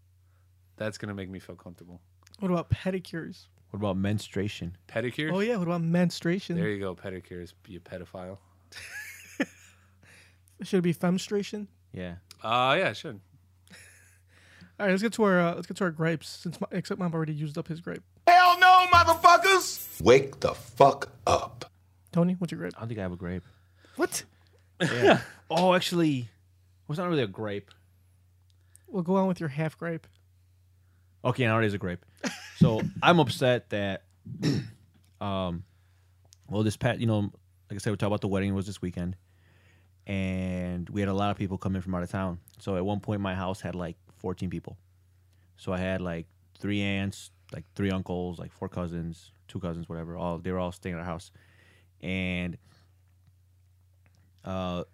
[SPEAKER 3] That's gonna make me feel comfortable.
[SPEAKER 2] What about pedicures?
[SPEAKER 4] What about menstruation?
[SPEAKER 3] Pedicure.
[SPEAKER 2] Oh yeah, what about menstruation?
[SPEAKER 3] There you go. Pedicure is be a pedophile.
[SPEAKER 2] Should it be femstration?
[SPEAKER 4] Yeah.
[SPEAKER 3] Uh yeah, it should.
[SPEAKER 2] All right, let's get to our uh, let's get to our gripes. Since my, except mom already used up his gripe.
[SPEAKER 7] Wake the fuck up.
[SPEAKER 2] Tony, what's your gripe?
[SPEAKER 4] I don't think I have a grape.
[SPEAKER 2] What?
[SPEAKER 4] Oh, actually, well, it's not really a grape.
[SPEAKER 2] Well, go on with your half gripe.
[SPEAKER 4] Okay, now it is a grape. So I'm upset that, um, well, this pat, you know, like I said, we talked about the wedding. It was this weekend, and we had a lot of people coming from out of town. So at one point, my house had like 14 people. So I had like three aunts, like three uncles, like four cousins, two cousins, whatever. All they were all staying at our house, and uh,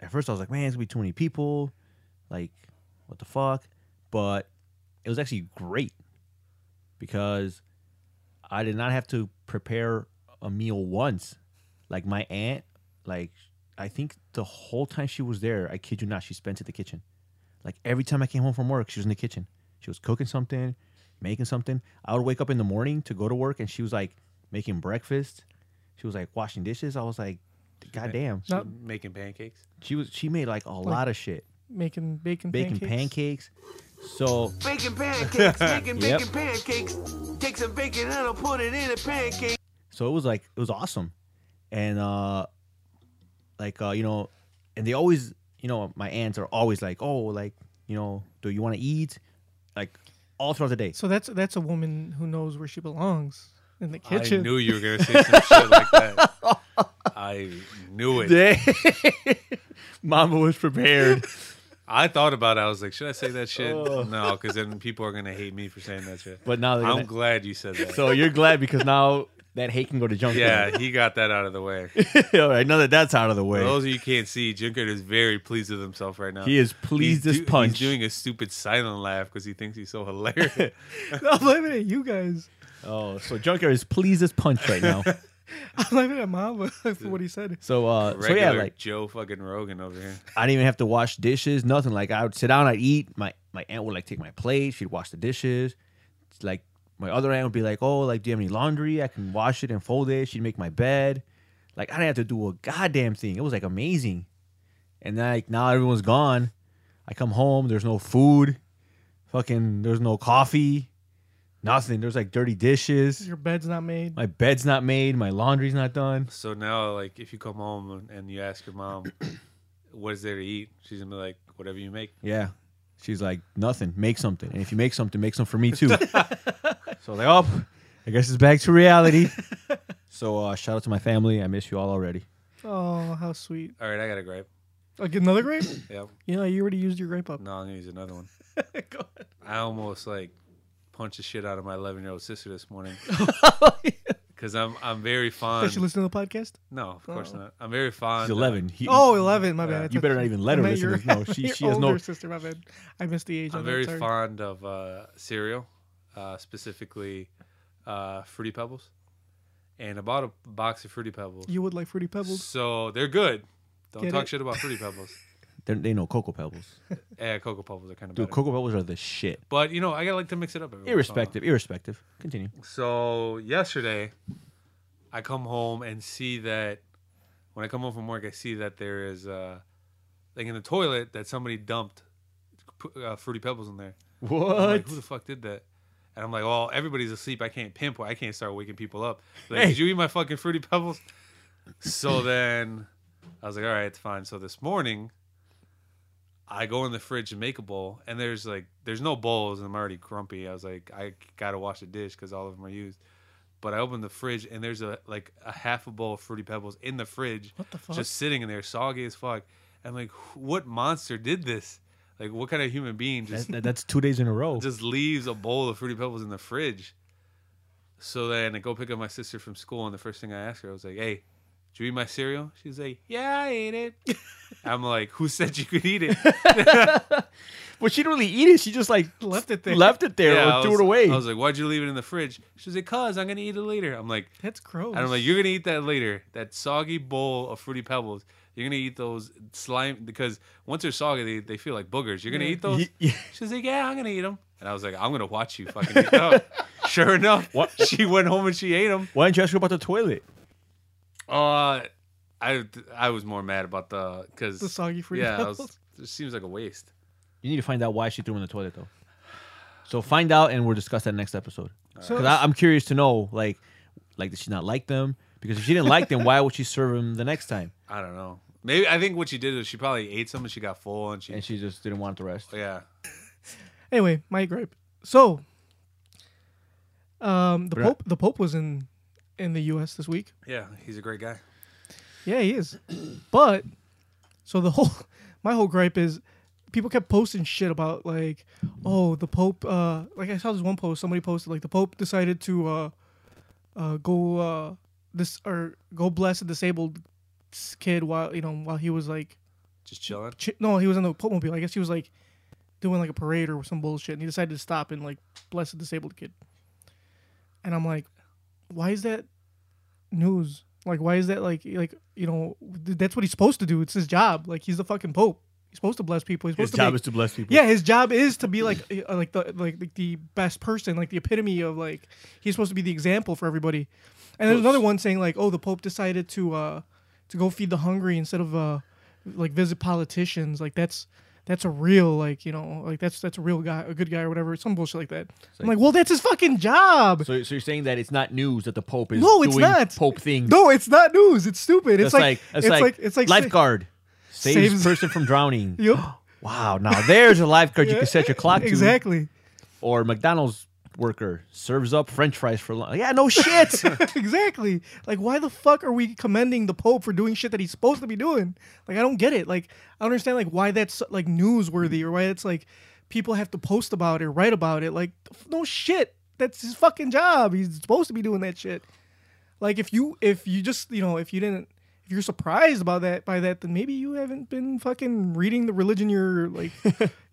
[SPEAKER 4] at first I was like, man, it's gonna be too many people. Like, what the fuck? But it was actually great because I did not have to prepare a meal once. Like my aunt, like I think the whole time she was there, I kid you not, she spent in the kitchen. Like every time I came home from work, she was in the kitchen. She was cooking something, making something. I would wake up in the morning to go to work, and she was like making breakfast. She was like washing dishes. I was like, God damn.
[SPEAKER 2] Not
[SPEAKER 3] Making pancakes.
[SPEAKER 4] She was she made like a lot of shit.
[SPEAKER 2] making bacon
[SPEAKER 4] Baking
[SPEAKER 2] pancakes.
[SPEAKER 4] pancakes. So
[SPEAKER 8] Baking pancakes, making
[SPEAKER 4] Yep.
[SPEAKER 8] baking pancakes. Take some bacon and I'll put it in a pancake.
[SPEAKER 4] so it was like it was awesome. And uh like uh, you know, and they always you know, my aunts are always like, Oh, like, you know, do you wanna eat? Like all throughout the day.
[SPEAKER 2] So that's that's a woman who knows where she belongs in the kitchen.
[SPEAKER 3] I knew you were gonna say some shit like that. I knew it.
[SPEAKER 4] Mama was prepared.
[SPEAKER 3] I thought about it. I was like, should I say that shit? No, because then people are gonna hate me for saying that shit.
[SPEAKER 4] Oh. But now they're
[SPEAKER 3] I'm
[SPEAKER 4] gonna-
[SPEAKER 3] glad you said that.
[SPEAKER 4] so you're glad because now that hate can go to junk.
[SPEAKER 3] yeah, he got that out of the way.
[SPEAKER 4] all right, now that that's out of the
[SPEAKER 3] For
[SPEAKER 4] way.
[SPEAKER 3] those of you who can't see, Junkert is very pleased with himself right now.
[SPEAKER 4] he is pleased
[SPEAKER 3] He's
[SPEAKER 4] as
[SPEAKER 3] do-
[SPEAKER 4] punch.
[SPEAKER 3] He's doing a stupid silent laugh because he thinks he's so hilarious.
[SPEAKER 2] I'm laughing at you guys.
[SPEAKER 4] oh, so Junker is pleased as punch right now.
[SPEAKER 2] I'm laughing at Mama for what he said.
[SPEAKER 4] So uh so
[SPEAKER 3] Regular
[SPEAKER 4] yeah, like
[SPEAKER 3] Joe fucking Rogan over here.
[SPEAKER 4] I didn't even have to wash dishes, nothing. Like I would sit down, I'd eat. My my aunt would like take my plate. She'd wash the dishes. Like my other aunt would be like, "Oh, like do you have any laundry? I can wash it and fold it." She'd make my bed. Like I didn't have to do a goddamn thing. It was like amazing. And then like now everyone's gone. I come home. There's no food. Fucking there's no coffee. Nothing. There's like dirty dishes.
[SPEAKER 2] Your bed's not made.
[SPEAKER 4] My bed's not made. My laundry's not done.
[SPEAKER 3] So now, like, if you come home and- and you ask your mom, what is there to eat? She's gonna be like, whatever you make.
[SPEAKER 4] Yeah. She's like, nothing. Make something. And if you make something, make some for me too. so I was like, oh, I guess it's back to reality. so uh, shout out to my family. I miss you all already.
[SPEAKER 2] Oh, how sweet.
[SPEAKER 3] All right, I got a gripe.
[SPEAKER 2] Like another grape?
[SPEAKER 3] Yeah,
[SPEAKER 2] you know, you already used your grape up.
[SPEAKER 3] no, I'm gonna use another one. I almost like punched the shit out of my 11 year old sister this morning because I'm I'm very fond.
[SPEAKER 2] Does she listen to the podcast?
[SPEAKER 3] no, of course
[SPEAKER 2] Oh.
[SPEAKER 3] not. I'm very fond.
[SPEAKER 4] She's 11. He-
[SPEAKER 2] Oh, 11, my bad.
[SPEAKER 4] Uh, you better not even let her
[SPEAKER 2] I meant
[SPEAKER 4] listen to
[SPEAKER 2] your-
[SPEAKER 4] this. No, she-
[SPEAKER 2] your
[SPEAKER 4] she has no-
[SPEAKER 2] older sister, my bad. I missed the age. on
[SPEAKER 3] I'm
[SPEAKER 2] that,
[SPEAKER 3] very
[SPEAKER 2] sorry.
[SPEAKER 3] fond of uh, cereal, uh, specifically uh, Fruity Pebbles, and I bought a box of Fruity Pebbles.
[SPEAKER 2] You would like Fruity Pebbles.
[SPEAKER 3] So they're good. Don't
[SPEAKER 2] Get
[SPEAKER 3] talk
[SPEAKER 2] it?
[SPEAKER 3] shit about Fruity Pebbles.
[SPEAKER 4] They're, they know Cocoa Pebbles.
[SPEAKER 3] yeah, Cocoa Pebbles are kind of
[SPEAKER 4] Dude,
[SPEAKER 3] better.
[SPEAKER 4] Cocoa Pebbles are the shit.
[SPEAKER 3] but you know, I gotta like to mix it up. every once in a while.
[SPEAKER 4] Irrespective. Irrespective. Continue.
[SPEAKER 3] So yesterday, I come home and see that when I come home from work, I see that there is uh, like in the toilet that somebody dumped pu- uh, fruity pebbles in there. I'm
[SPEAKER 4] What?
[SPEAKER 3] like, Who the fuck did that? And I'm like, well, everybody's asleep. I can't pinpoint. I can't start waking people up. Like, did you eat my fucking fruity pebbles? So then I was like, all right, it's fine. So this morning, I go in the fridge and make a bowl, and there's like, there's no bowls, and I'm already grumpy. I was like, I gotta wash the dish because all of them are used. But I open the fridge and there's a like a half a bowl of fruity pebbles in the fridge,
[SPEAKER 2] What the fuck?
[SPEAKER 3] just sitting in there, soggy as fuck. I'm like, wh- what monster did this? Like, what kind of human being just
[SPEAKER 4] That- that's two days in a row.
[SPEAKER 3] just leaves a bowl of fruity pebbles in the fridge. So then I go pick up my sister from school, and the first thing I ask her, I was like, "Hey, did you eat my cereal?" She's like, "Yeah, I ate it." I'm like, "Who said you could eat it?"
[SPEAKER 4] But she didn't really eat it. She just like
[SPEAKER 2] Left it there.
[SPEAKER 4] left it there,
[SPEAKER 3] Yeah,
[SPEAKER 4] or
[SPEAKER 3] I
[SPEAKER 4] threw
[SPEAKER 3] was-
[SPEAKER 4] it away.
[SPEAKER 3] I was like, "Why'd you leave it in the fridge?" She's like, "Cause I'm gonna eat it later." I'm like,
[SPEAKER 2] That's gross.
[SPEAKER 3] "And I'm like, you're gonna eat that later. That soggy bowl of fruity pebbles. You're gonna eat those slime because once they're soggy, they, they feel like boogers. You're gonna eat those."
[SPEAKER 4] Ye- yeah.
[SPEAKER 3] She's like, "Yeah, I'm gonna eat them." And I was like, "I'm gonna watch you fucking eat them." sure enough, she went home and she ate them.
[SPEAKER 4] Why didn't you ask her about the toilet?
[SPEAKER 3] Uh, I I was more mad about the because
[SPEAKER 2] The soggy fruit
[SPEAKER 3] Yeah, I was-
[SPEAKER 2] pebbles.
[SPEAKER 3] it seems like a waste.
[SPEAKER 4] You need to find out why she threw him in the toilet, though. So find out, and we'll discuss that next episode.
[SPEAKER 2] So-
[SPEAKER 4] Because I'm curious to know, like, like did she not like them? Because if she didn't like them, why would she serve them the next time?
[SPEAKER 3] I don't know. Maybe I think what she did was she probably ate some and she got full and she
[SPEAKER 4] And she just didn't want the rest.
[SPEAKER 3] yeah.
[SPEAKER 2] Anyway, my gripe. So, um, the
[SPEAKER 4] We're
[SPEAKER 2] Pope, the Pope was in in the U.S. this week.
[SPEAKER 3] Yeah, he's a great guy.
[SPEAKER 2] Yeah, he is. But so the whole my whole gripe is people kept posting shit about like, oh, the Pope. Uh, like I saw this one post. Somebody posted like the Pope decided to uh, uh, go uh, this or go bless a disabled s- kid while you know while he was like
[SPEAKER 3] Just chilling.
[SPEAKER 2] chi- no he was in the Pope mobile. I guess he was like doing like a parade or some bullshit, and he decided to stop and like bless a disabled kid. And I'm like, why is that news? Like, why is that like like you know th- that's what he's supposed to do? It's his job. Like he's the fucking pope. He's supposed to bless people. He's supposed to be,
[SPEAKER 4] to bless people.
[SPEAKER 2] yeah, his job is to be like uh, like the like, like the best person, like the epitome of like he's supposed to be the example for everybody. And there's another one saying like, oh, the Pope decided to uh to go feed the hungry instead of uh like visit politicians. Like that's that's a real like you know like that's that's a real guy, a good guy or whatever, some bullshit like that. I'm like, well, that's his fucking job.
[SPEAKER 4] So, so you're saying that it's not news that the Pope is
[SPEAKER 2] No, it's
[SPEAKER 4] doing
[SPEAKER 2] not.
[SPEAKER 4] Pope things.
[SPEAKER 2] No, it's not news. It's stupid. It's
[SPEAKER 4] that's like,
[SPEAKER 2] like,
[SPEAKER 4] that's
[SPEAKER 2] it's
[SPEAKER 4] like,
[SPEAKER 2] like, it's like
[SPEAKER 4] lifeguard saves,
[SPEAKER 2] saves-
[SPEAKER 4] person from drowning.
[SPEAKER 2] Yep.
[SPEAKER 4] Wow, now there's a lifeguard you can set your clock to.
[SPEAKER 2] Exactly.
[SPEAKER 4] Or McDonald's worker serves up French fries for lunch. Yeah, no shit.
[SPEAKER 2] exactly. Like, why the fuck are we commending the Pope for doing shit that he's supposed to be doing? Like, I don't get it. Like, I don't understand like why that's like newsworthy or why it's like people have to post about it, or write about it. Like, f- no shit. That's his fucking job. He's supposed to be doing that shit. Like, if you if you just you know if you didn't if you're surprised about that by that, then maybe you haven't been fucking reading the religion you're like,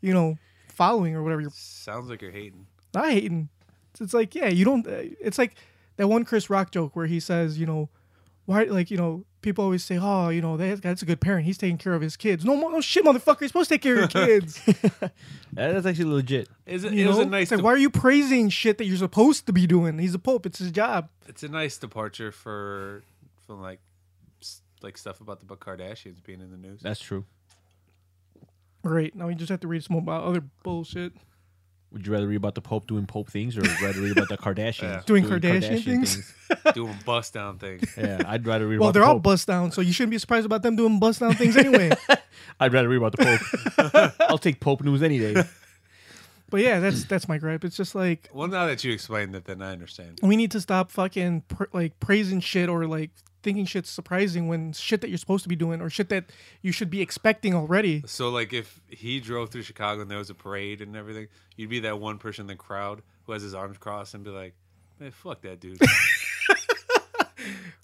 [SPEAKER 2] you know, following or whatever you're
[SPEAKER 3] Sounds like you're hating.
[SPEAKER 2] not hating. It's, it's like yeah, you don't. uh, It's like that one Chris Rock joke where he says, you know, why like you know people always say, oh, you know that that's a good parent. He's taking care of his kids. No, mo- no shit, motherfucker. You're supposed to take care of your kids.
[SPEAKER 4] That's actually legit.
[SPEAKER 3] Is it?
[SPEAKER 2] You
[SPEAKER 3] it was
[SPEAKER 2] know,
[SPEAKER 3] a nice.
[SPEAKER 2] it's like
[SPEAKER 3] de-
[SPEAKER 2] why are you praising shit that you're supposed to be doing? He's a pope. It's his job.
[SPEAKER 3] it's a nice departure for from like s- like stuff about the Buck Kardashians being in the news.
[SPEAKER 4] That's true.
[SPEAKER 2] Great. Now we just have to read some about other bullshit.
[SPEAKER 4] Would you rather read about the Pope doing Pope things or would you rather read about the Kardashians?
[SPEAKER 3] Yeah.
[SPEAKER 2] Doing Kardashian things?
[SPEAKER 3] Doing bust down things.
[SPEAKER 4] Yeah, I'd rather read
[SPEAKER 2] Well,
[SPEAKER 4] about the
[SPEAKER 2] they're all
[SPEAKER 4] Pope.
[SPEAKER 2] bust down, so you shouldn't be surprised about them doing bust down things anyway.
[SPEAKER 4] I'd rather read about the Pope. I'll take Pope news any day.
[SPEAKER 2] but yeah, that's that's my gripe. It's just like
[SPEAKER 3] Well, now that you explained it, then I understand.
[SPEAKER 2] we need to stop fucking pr- like praising shit or like thinking shit's surprising when shit that you're supposed to be doing or shit that you should be expecting already.
[SPEAKER 3] So, like, if he drove through Chicago and there was a parade and everything, you'd be that one person in the crowd who has his arms crossed and be like, "Man, fuck that dude."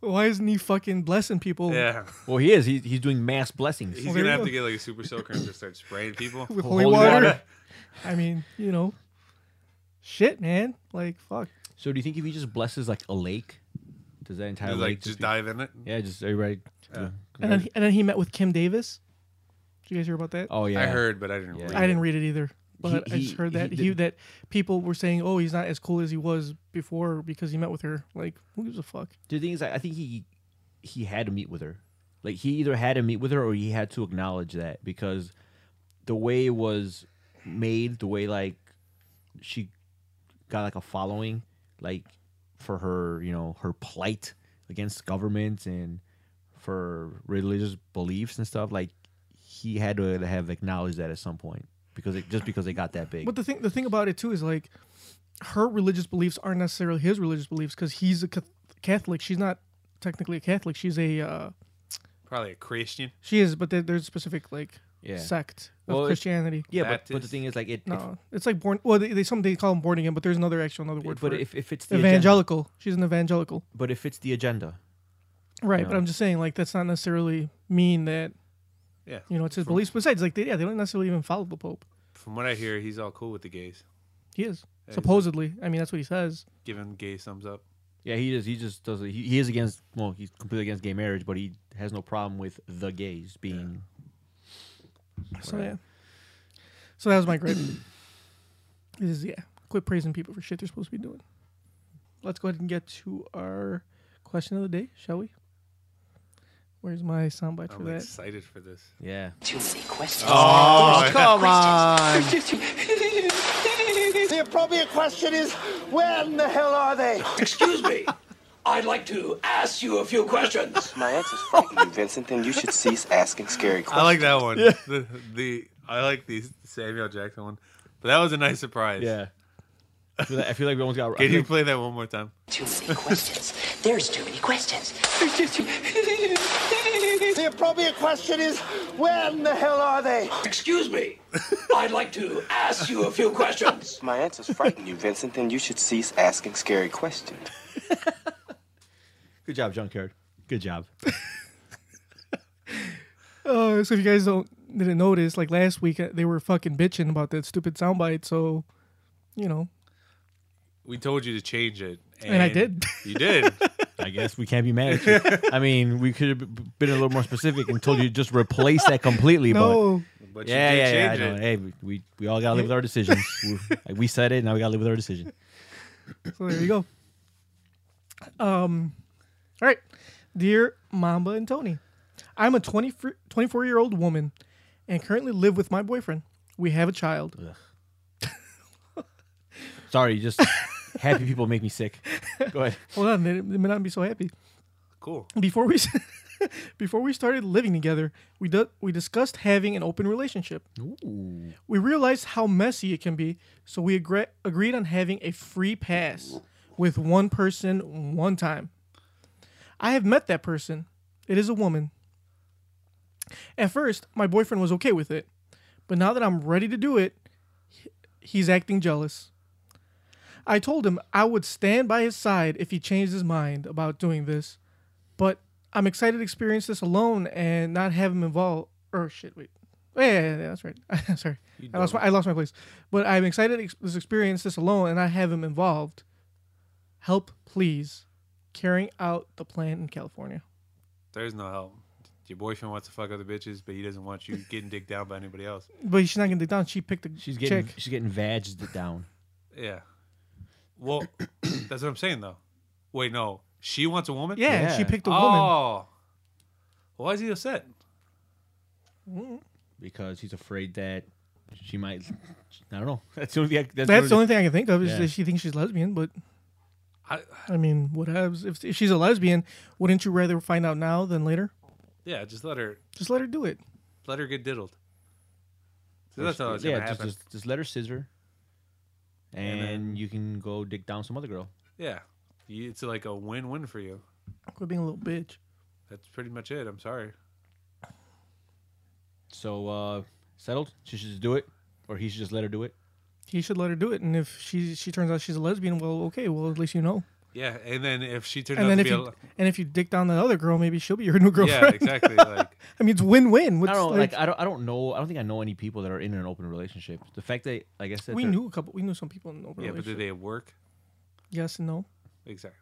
[SPEAKER 2] Why isn't he fucking blessing people
[SPEAKER 3] yeah,
[SPEAKER 4] Well, he is. He, he's doing mass blessings.
[SPEAKER 3] he's
[SPEAKER 2] Well, there you
[SPEAKER 3] gonna have
[SPEAKER 2] go.
[SPEAKER 3] to get like a super soaker and just start spraying people.
[SPEAKER 2] with holy, water? I mean, you know, shit, man. Like, fuck.
[SPEAKER 4] So, do you think if he just blesses like a lake, does that entire
[SPEAKER 3] Just,
[SPEAKER 4] lake
[SPEAKER 3] like, just
[SPEAKER 4] be-
[SPEAKER 3] dive in it.
[SPEAKER 4] Yeah, just everybody.
[SPEAKER 2] And then, and then he met with Kim Davis. Did you guys hear about that?
[SPEAKER 4] Oh yeah,
[SPEAKER 3] I heard, but I didn't.
[SPEAKER 4] Yeah.
[SPEAKER 3] read
[SPEAKER 2] I
[SPEAKER 3] it.
[SPEAKER 2] didn't read it either, but I just
[SPEAKER 4] he-
[SPEAKER 2] heard that
[SPEAKER 4] he
[SPEAKER 2] he,
[SPEAKER 4] did-
[SPEAKER 2] that people were saying, "Oh, he's not as cool as he was before because he met with her." Like, who gives a fuck?
[SPEAKER 4] The thing is, I I think he he had to meet with her. Like he either had to meet with her or he had to acknowledge that because the way it was made, the way like she got like a following, like for her, you know, her plight against governments and for religious beliefs and stuff, like he had to have acknowledged that at some point because it, just because they got that big.
[SPEAKER 2] But the thing, the thing about it too is like, her religious beliefs aren't necessarily his religious beliefs because he's a Cath- Catholic. She's not technically a Catholic. She's a uh,
[SPEAKER 3] Probably a Christian.
[SPEAKER 2] she is, but there- there's a specific like
[SPEAKER 4] Yeah.
[SPEAKER 2] sect of
[SPEAKER 4] Well, it-
[SPEAKER 2] Christianity.
[SPEAKER 4] yeah, but, but the
[SPEAKER 3] Baptist.
[SPEAKER 4] thing is like it, it
[SPEAKER 2] No, it's like born. Well, they, they some they call them born again, but there's another actual another word
[SPEAKER 4] but
[SPEAKER 2] for it.
[SPEAKER 4] if, if it's the agenda,
[SPEAKER 2] evangelical. She's an evangelical,
[SPEAKER 4] but if it's the agenda,
[SPEAKER 2] right? But
[SPEAKER 4] Yeah.
[SPEAKER 2] I'm just saying like that's not necessarily mean that
[SPEAKER 3] Yeah.
[SPEAKER 2] you know it's his beliefs. Besides, like they, yeah, they don't necessarily even follow the Pope.
[SPEAKER 3] From what I hear, he's all cool with the gays,
[SPEAKER 2] He is supposedly. I mean, that's what he says.
[SPEAKER 3] giving gay thumbs up.
[SPEAKER 4] yeah, he is. He just does. He, he is against. Well, he's completely against gay marriage, but he has no problem with the gays being.
[SPEAKER 2] So yeah. So that was my grade. this is yeah. Quit praising people for shit they're supposed to be doing. Let's go ahead and get to our question of the day, shall we? Where's my soundbite for
[SPEAKER 3] I'm
[SPEAKER 2] that?
[SPEAKER 3] excited for this.
[SPEAKER 4] Yeah.
[SPEAKER 6] Too many questions.
[SPEAKER 4] come on.
[SPEAKER 9] The appropriate question is, when the hell are they?
[SPEAKER 6] Excuse me. I'd like to ask you a few questions.
[SPEAKER 10] My answer's frankly, Vincent, then you should cease asking scary questions.
[SPEAKER 3] I like that one. The, the I like the Samuel Jackson one, but that was a nice surprise.
[SPEAKER 4] Yeah. I feel like, I feel like we almost got. I
[SPEAKER 3] Can
[SPEAKER 4] feel
[SPEAKER 3] you
[SPEAKER 4] like-
[SPEAKER 3] play that one more time?
[SPEAKER 6] Too many questions. There's too many questions. There's just too
[SPEAKER 9] The appropriate question is, when the hell are they?
[SPEAKER 6] Excuse me. I'd like to ask you a few questions.
[SPEAKER 10] My answer's frighten you, Vincent, then you should cease asking scary questions.
[SPEAKER 4] good job, Junkyard. Good job.
[SPEAKER 2] Uh, so if you guys don't didn't notice, like last week uh, they were fucking bitching about that stupid soundbite. So, you know,
[SPEAKER 3] We told you to change it,
[SPEAKER 2] And I did.
[SPEAKER 3] You did.
[SPEAKER 4] I guess we can't be mad at you. I mean, we could have been a little more specific and told you to just replace that completely.
[SPEAKER 2] no,
[SPEAKER 3] But
[SPEAKER 4] But yeah,
[SPEAKER 3] you did
[SPEAKER 4] yeah, yeah. I
[SPEAKER 3] change
[SPEAKER 4] know.
[SPEAKER 3] it.
[SPEAKER 4] Hey, we- we, we all gotta live with our decisions. we, like, we said it, now we gotta live with our decision.
[SPEAKER 2] So there you go. Um, all right. Dear Mamba and Tony, I'm a 20, 24 year old woman and currently live with my boyfriend. We have a child.
[SPEAKER 4] Sorry, just happy people make me sick. Go ahead.
[SPEAKER 2] Hold on, they, they may not be so happy.
[SPEAKER 3] Cool.
[SPEAKER 2] Before we before we started living together, we du- we discussed having an open relationship. We realized how messy it can be, so we agre- agreed on having a free pass with one person one time. I have met that person. It is a woman. At first, my boyfriend was okay with it, but now that I'm ready to do it, he- he's acting jealous. I told him I would stand by his side if he changed his mind about doing this, but I'm excited to experience this alone and not have him involved. Or shit, wait. Oh, Yeah, yeah, yeah, that's right. Sorry, I lost my I lost my place. But I'm excited to ex- this experience this alone and not have him involved. Help, please, carrying out the plan in California.
[SPEAKER 3] There's no help. Your boyfriend wants to fuck other bitches, but he doesn't want you getting dicked down by anybody else.
[SPEAKER 2] But she's not gonna dig down. She picked the
[SPEAKER 4] She's getting
[SPEAKER 2] chick.
[SPEAKER 4] she's getting vagged down.
[SPEAKER 3] Yeah. Well, that's what I'm saying though. Wait, no. She wants a woman.
[SPEAKER 2] Yeah, she
[SPEAKER 4] Yeah.
[SPEAKER 2] picked a woman.
[SPEAKER 3] Oh. Why is he upset?
[SPEAKER 4] because he's afraid that she might. I don't know. That's the only.
[SPEAKER 2] That's
[SPEAKER 4] That's,
[SPEAKER 2] the
[SPEAKER 4] what
[SPEAKER 2] only
[SPEAKER 4] it-
[SPEAKER 2] thing I can think of is
[SPEAKER 4] Yeah.
[SPEAKER 2] that she thinks she's lesbian. But
[SPEAKER 3] I,
[SPEAKER 2] I mean, what happens if, if she's a lesbian? Wouldn't you rather find out now than later?
[SPEAKER 3] yeah, just let her
[SPEAKER 2] Just let her do it.
[SPEAKER 3] let her get diddled. So that's all that's
[SPEAKER 4] yeah,
[SPEAKER 3] gonna
[SPEAKER 4] just,
[SPEAKER 3] happen.
[SPEAKER 4] just just let her scissor, and,
[SPEAKER 3] then-
[SPEAKER 4] you can go dig down some other girl.
[SPEAKER 3] Yeah, you, it's like a win-win for you.
[SPEAKER 2] Quit being a little bitch.
[SPEAKER 3] That's pretty much it. I'm sorry.
[SPEAKER 4] So uh settled. She should just do it, or he should just let her do it.
[SPEAKER 2] He should let her do it. And if she she turns out she's a lesbian, well, okay. Well, at least you know.
[SPEAKER 3] Yeah, and then if she turned
[SPEAKER 2] and
[SPEAKER 3] out
[SPEAKER 2] then
[SPEAKER 3] to
[SPEAKER 2] if
[SPEAKER 3] be
[SPEAKER 2] you
[SPEAKER 3] a,
[SPEAKER 2] and if you dick down the other girl, maybe she'll be your new girlfriend.
[SPEAKER 3] yeah, exactly. Like
[SPEAKER 2] I mean, it's win-win. What's,
[SPEAKER 4] I don't know,
[SPEAKER 2] like,
[SPEAKER 4] like, I don't I don't know I don't think I know any people that are in an open relationship. The fact that like I said
[SPEAKER 2] we
[SPEAKER 4] they're-
[SPEAKER 2] knew a couple. We knew some people in the open
[SPEAKER 3] yeah, but
[SPEAKER 2] relationship.
[SPEAKER 3] did they work?
[SPEAKER 2] Yes and no.
[SPEAKER 3] Exactly.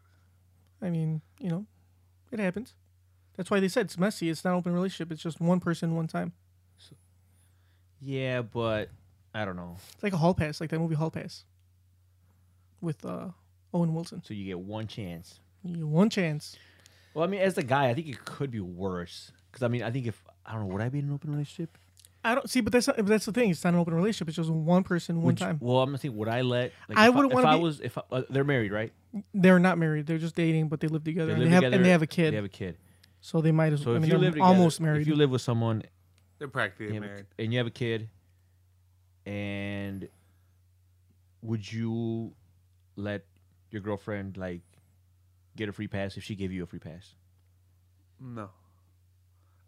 [SPEAKER 2] I mean, you know, it happens. That's why they said it's messy. It's not an open relationship. It's just one person, one time.
[SPEAKER 4] yeah, but I don't know.
[SPEAKER 2] It's like a hall pass, like that movie Hall Pass with uh, Owen Wilson.
[SPEAKER 4] So you get one chance.
[SPEAKER 2] You get one chance.
[SPEAKER 4] Well, I mean, as the guy, I think it could be worse because I mean, I think if I don't know, would I be in an open relationship?
[SPEAKER 2] I don't see, but that's not, but that's the thing. It's not an open relationship. It's just one person, one
[SPEAKER 4] Would you-
[SPEAKER 2] time.
[SPEAKER 4] well, I'm gonna think. Would I let? Like,
[SPEAKER 2] I
[SPEAKER 4] if
[SPEAKER 2] wouldn't
[SPEAKER 4] If
[SPEAKER 2] wanna
[SPEAKER 4] I
[SPEAKER 2] be-
[SPEAKER 4] was, if I, uh, they're married, right?
[SPEAKER 2] They're not married. They're just dating, but they live together. and,
[SPEAKER 4] live
[SPEAKER 2] they have,
[SPEAKER 4] together,
[SPEAKER 2] and they have a kid,
[SPEAKER 4] They have a kid.
[SPEAKER 2] so they might as.
[SPEAKER 4] So
[SPEAKER 2] well I
[SPEAKER 4] if
[SPEAKER 2] mean,
[SPEAKER 4] you
[SPEAKER 2] they're
[SPEAKER 4] live together,
[SPEAKER 2] almost married.
[SPEAKER 4] if you live with someone
[SPEAKER 3] They're practically
[SPEAKER 4] you have a-
[SPEAKER 3] married.
[SPEAKER 4] and you have a kid, and would you let your girlfriend like get a free pass if she gave you a free pass?
[SPEAKER 3] No,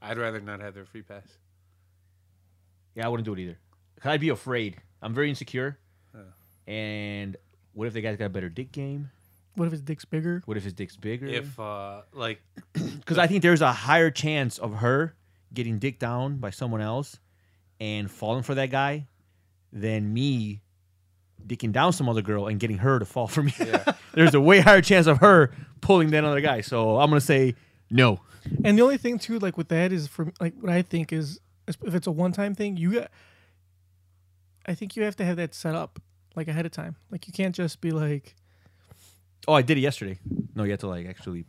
[SPEAKER 3] I'd rather not have their free pass.
[SPEAKER 4] Yeah, I wouldn't do it either. i I'd be afraid. I'm very insecure. And what if the guy's got a better dick game?
[SPEAKER 2] what if his dick's bigger?
[SPEAKER 4] What if his dick's bigger?
[SPEAKER 3] If uh, like
[SPEAKER 4] because I think there's a higher chance of her getting dicked down by someone else and falling for that guy than me dicking down some other girl and getting her to fall for me. there's a way higher chance of her pulling that other guy. So I'm gonna say no.
[SPEAKER 2] And the only thing too, like with that, is for like what I think is if it's a one-time thing, you got. I think you have to have that set up like ahead of time. Like you can't just be like,
[SPEAKER 4] Oh, I did it yesterday. No, you have to like actually.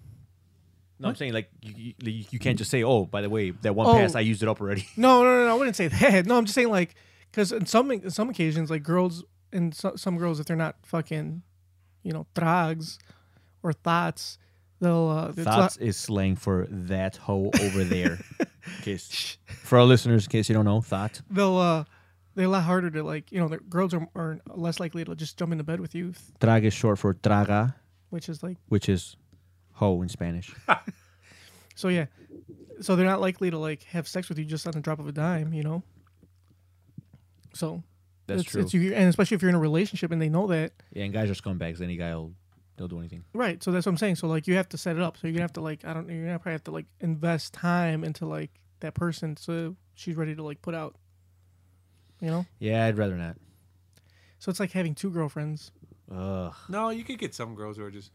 [SPEAKER 4] No, I'm saying like you, you, you can't just say, "Oh, by the way, that one
[SPEAKER 2] Oh.
[SPEAKER 4] pass I used it up already."
[SPEAKER 2] no, no, no, no. I wouldn't say that. No, I'm just saying like, because in some in some occasions, like girls and so, some girls, if they're not fucking, you know, drags or thoughts, they'll uh, it's not-
[SPEAKER 4] Thoughts is slang for that hoe over there. In case for our listeners, in case you don't know, thought.
[SPEAKER 2] they'll uh they're a lot harder to like you know the girls are, are less likely to just jump into bed with you f-
[SPEAKER 4] Traga is short for traga,
[SPEAKER 2] which is like
[SPEAKER 4] which is hoe in Spanish.
[SPEAKER 2] so yeah so they're not likely to like have sex with you just on the drop of a dime you know so
[SPEAKER 4] That's
[SPEAKER 2] it's,
[SPEAKER 4] true.
[SPEAKER 2] it's you and especially if you're in a relationship and they know that
[SPEAKER 4] yeah, and guys are scumbags. Any guy will they'll do anything.
[SPEAKER 2] right so that's what i'm saying so like you have to set it up so you're gonna have to like i don't know you're gonna probably have to like invest time into like that person so she's ready to like put out you know
[SPEAKER 4] Yeah, I'd rather not.
[SPEAKER 2] so it's like having two girlfriends
[SPEAKER 4] Ugh.
[SPEAKER 3] no, you could get some girls who are just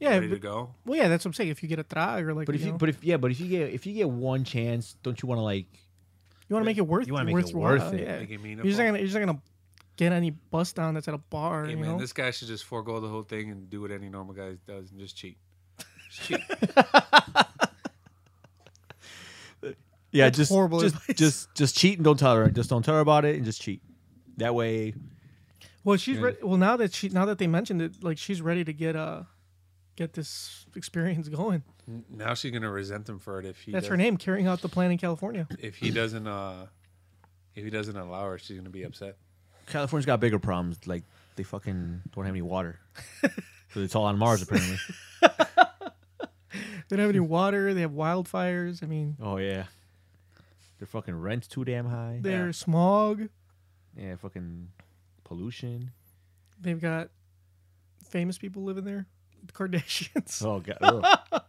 [SPEAKER 2] yeah
[SPEAKER 3] ready to
[SPEAKER 2] but,
[SPEAKER 3] go.
[SPEAKER 2] well yeah that's what i'm saying if you get a drag or like
[SPEAKER 4] But if you,
[SPEAKER 2] know,
[SPEAKER 4] but if yeah, but if you get if you get one chance, don't you want to like?
[SPEAKER 2] You want to make it worth.
[SPEAKER 4] You wanna make
[SPEAKER 2] worth
[SPEAKER 4] it
[SPEAKER 2] your
[SPEAKER 4] worth
[SPEAKER 2] while,
[SPEAKER 4] it.
[SPEAKER 2] Yeah.
[SPEAKER 3] Make it
[SPEAKER 2] you're just not gonna. You're just not gonna get any bust down that's at a bar.
[SPEAKER 3] Hey
[SPEAKER 2] you
[SPEAKER 3] man,
[SPEAKER 2] know.
[SPEAKER 3] this guy should just forego the whole thing and do what any normal guy does and just cheat. Just cheat.
[SPEAKER 4] Yeah,
[SPEAKER 2] That's
[SPEAKER 4] just
[SPEAKER 2] horrible
[SPEAKER 4] Just,
[SPEAKER 2] advice.
[SPEAKER 4] just just cheat and don't tell her. Just don't tell her about it and just cheat. That way,
[SPEAKER 2] well, she's ready. Well, now that she, now that they mentioned it, like she's ready to get uh, get this experience going.
[SPEAKER 3] now she's gonna resent him for it if he.
[SPEAKER 2] that's her
[SPEAKER 3] doesn't-
[SPEAKER 2] name. Carrying out the plan in California.
[SPEAKER 3] If he doesn't, uh, if he doesn't allow her, she's gonna be upset.
[SPEAKER 4] California's got bigger problems. Like they fucking don't have any water. 'Cause it's all on Mars apparently.
[SPEAKER 2] They don't have any water. They have wildfires. I mean,
[SPEAKER 4] oh yeah, their fucking rent's too damn high.
[SPEAKER 2] they're smog.
[SPEAKER 4] yeah, yeah fucking pollution.
[SPEAKER 2] They've got famous people living there. The Kardashians.
[SPEAKER 4] Oh god. ugh.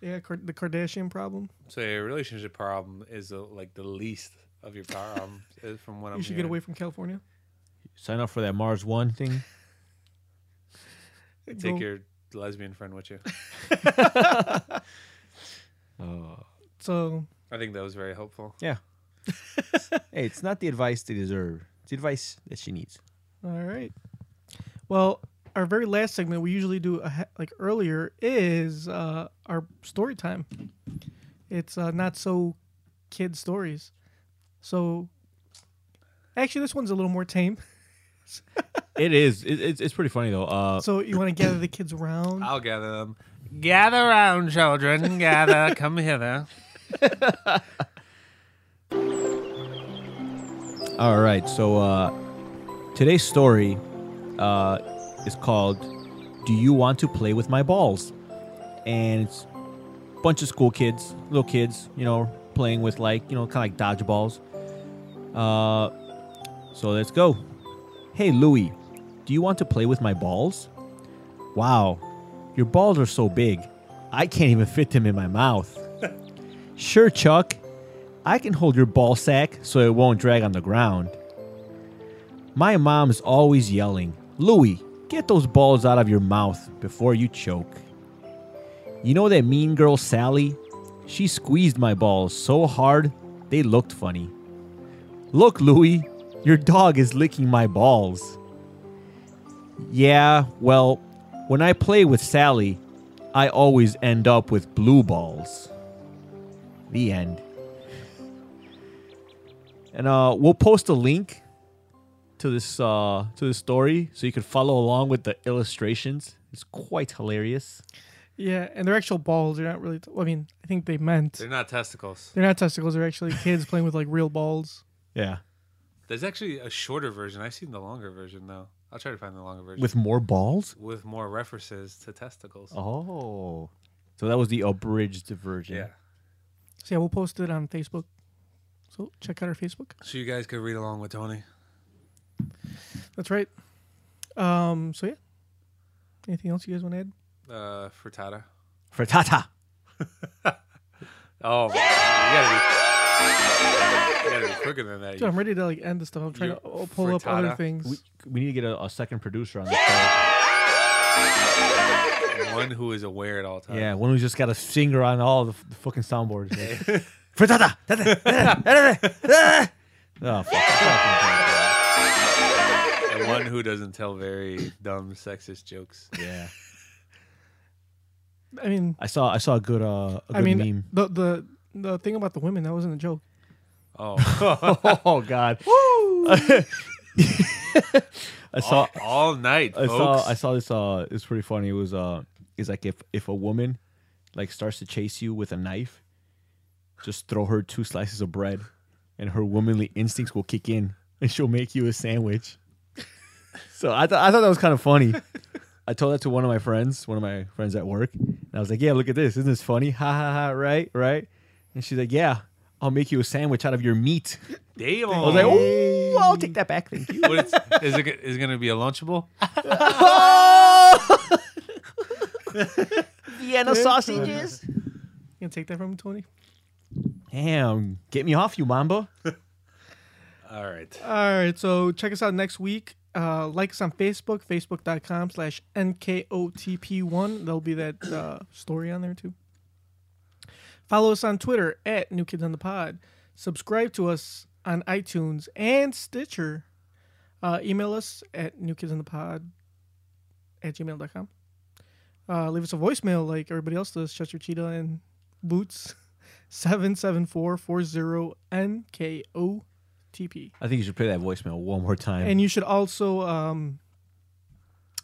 [SPEAKER 2] Yeah, Kar- the Kardashian problem.
[SPEAKER 3] So a relationship problem is uh like the least of your problems uh, from what I'm.
[SPEAKER 2] you should get away from California.
[SPEAKER 4] Sign up for that Mars One thing.
[SPEAKER 3] Take
[SPEAKER 2] Go-
[SPEAKER 3] your lesbian friend with you.
[SPEAKER 2] So
[SPEAKER 3] I think that was very helpful.
[SPEAKER 4] Yeah. hey, it's not the advice they deserve. It's the advice that she needs.
[SPEAKER 2] All right. Well, our very last segment we usually do ahe- like earlier is uh, our story time. It's uh, not so kid stories. So actually, this one's a little more tame.
[SPEAKER 4] It is. It, it's, it's pretty funny though. Uh,
[SPEAKER 2] So you want to gather the kids around?
[SPEAKER 3] I'll gather them. Gather round, children. Gather. Come hither.
[SPEAKER 4] all right. So uh, today's story uh, is called "Do You Want to Play with My Balls?" and it's a bunch of school kids, little kids, you know, playing with like you know, kind of like dodgeballs. Uh, so let's go. Hey Louie, do you want to play with my balls? Wow, your balls are so big, I can't even fit them in my mouth. sure, Chuck, I can hold your ball sack so it won't drag on the ground. My mom is always yelling, Louie, get those balls out of your mouth before you choke. You know that mean girl Sally? She squeezed my balls so hard they looked funny. Look, Louie, your dog is licking my balls. Yeah, well, when I play with Sally, I always end up with blue balls. The end. and uh, we'll post a link to this uh, to this story so you can follow along with the illustrations. It's quite hilarious.
[SPEAKER 2] Yeah, and they're actual balls. They're not really. T- I mean, I think they meant
[SPEAKER 3] They're not testicles.
[SPEAKER 2] they're not testicles. They're actually kids playing with like real balls.
[SPEAKER 4] Yeah,
[SPEAKER 3] There's actually a shorter version. I've seen the longer version though. I'll try to find the longer version
[SPEAKER 4] with more balls.
[SPEAKER 3] with more references to testicles.
[SPEAKER 4] Oh, so that was the abridged version.
[SPEAKER 3] Yeah.
[SPEAKER 2] So yeah, we'll post it on Facebook. So check out our Facebook.
[SPEAKER 3] So you guys could read along with Tony.
[SPEAKER 2] That's right. Um. So yeah. Anything else you guys want to add?
[SPEAKER 3] Uh, frittata.
[SPEAKER 4] frittata.
[SPEAKER 3] Oh, you gotta be, you gotta be quicker than that.
[SPEAKER 2] Dude, I'm ready to like end this stuff. I'm trying
[SPEAKER 3] You-
[SPEAKER 2] to uh, pull up other
[SPEAKER 3] frittata.
[SPEAKER 2] things.
[SPEAKER 4] We, we need to get a, a second producer on this. show.
[SPEAKER 3] One who is aware at all times.
[SPEAKER 4] Yeah, one who's just got a finger on all the, f- the fucking soundboards. Like, frittata. oh, fuck.
[SPEAKER 3] And one who doesn't tell very dumb sexist jokes.
[SPEAKER 4] yeah.
[SPEAKER 2] I mean,
[SPEAKER 4] I saw I saw a good uh a good
[SPEAKER 2] I mean,
[SPEAKER 4] meme.
[SPEAKER 2] the the the thing about the women that wasn't a joke.
[SPEAKER 3] Oh,
[SPEAKER 4] Oh god. I saw
[SPEAKER 3] all, all night,
[SPEAKER 4] I
[SPEAKER 3] folks.
[SPEAKER 4] saw I saw this uh it's pretty funny. It was uh it's like if if a woman like starts to chase you with a knife, just throw her two slices of bread and her womanly instincts will kick in and she'll make you a sandwich. so I thought I thought that was kind of funny. I told that to one of my friends, one of my friends at work, and I was like, "Yeah, look at this. Isn't this funny? Ha ha ha! Right, right." And she's like, "Yeah, I'll make you a sandwich out of your meat."
[SPEAKER 3] Damn.
[SPEAKER 4] I was like, "Oh, I'll take that back, thank you."
[SPEAKER 3] What is, is it g- is it gonna be a lunchable?
[SPEAKER 4] Vienna sausages.
[SPEAKER 2] You gonna take that from Tony?
[SPEAKER 4] Damn, get me off you, Mamba.
[SPEAKER 3] All right.
[SPEAKER 2] All right, so check us out next week. Uh, like us on Facebook, facebook.com slash NKOTP1. There'll be that uh, story on there too. Follow us on Twitter at New Kids on the Pod. Subscribe to us on iTunes and Stitcher. Uh, email us at newkidsonthepod at gmail.com. Uh, leave us a voicemail like everybody else does, Chester Cheetah and Boots, 77440NKOTP.
[SPEAKER 4] I think you should play that voicemail one more time.
[SPEAKER 2] And you should also um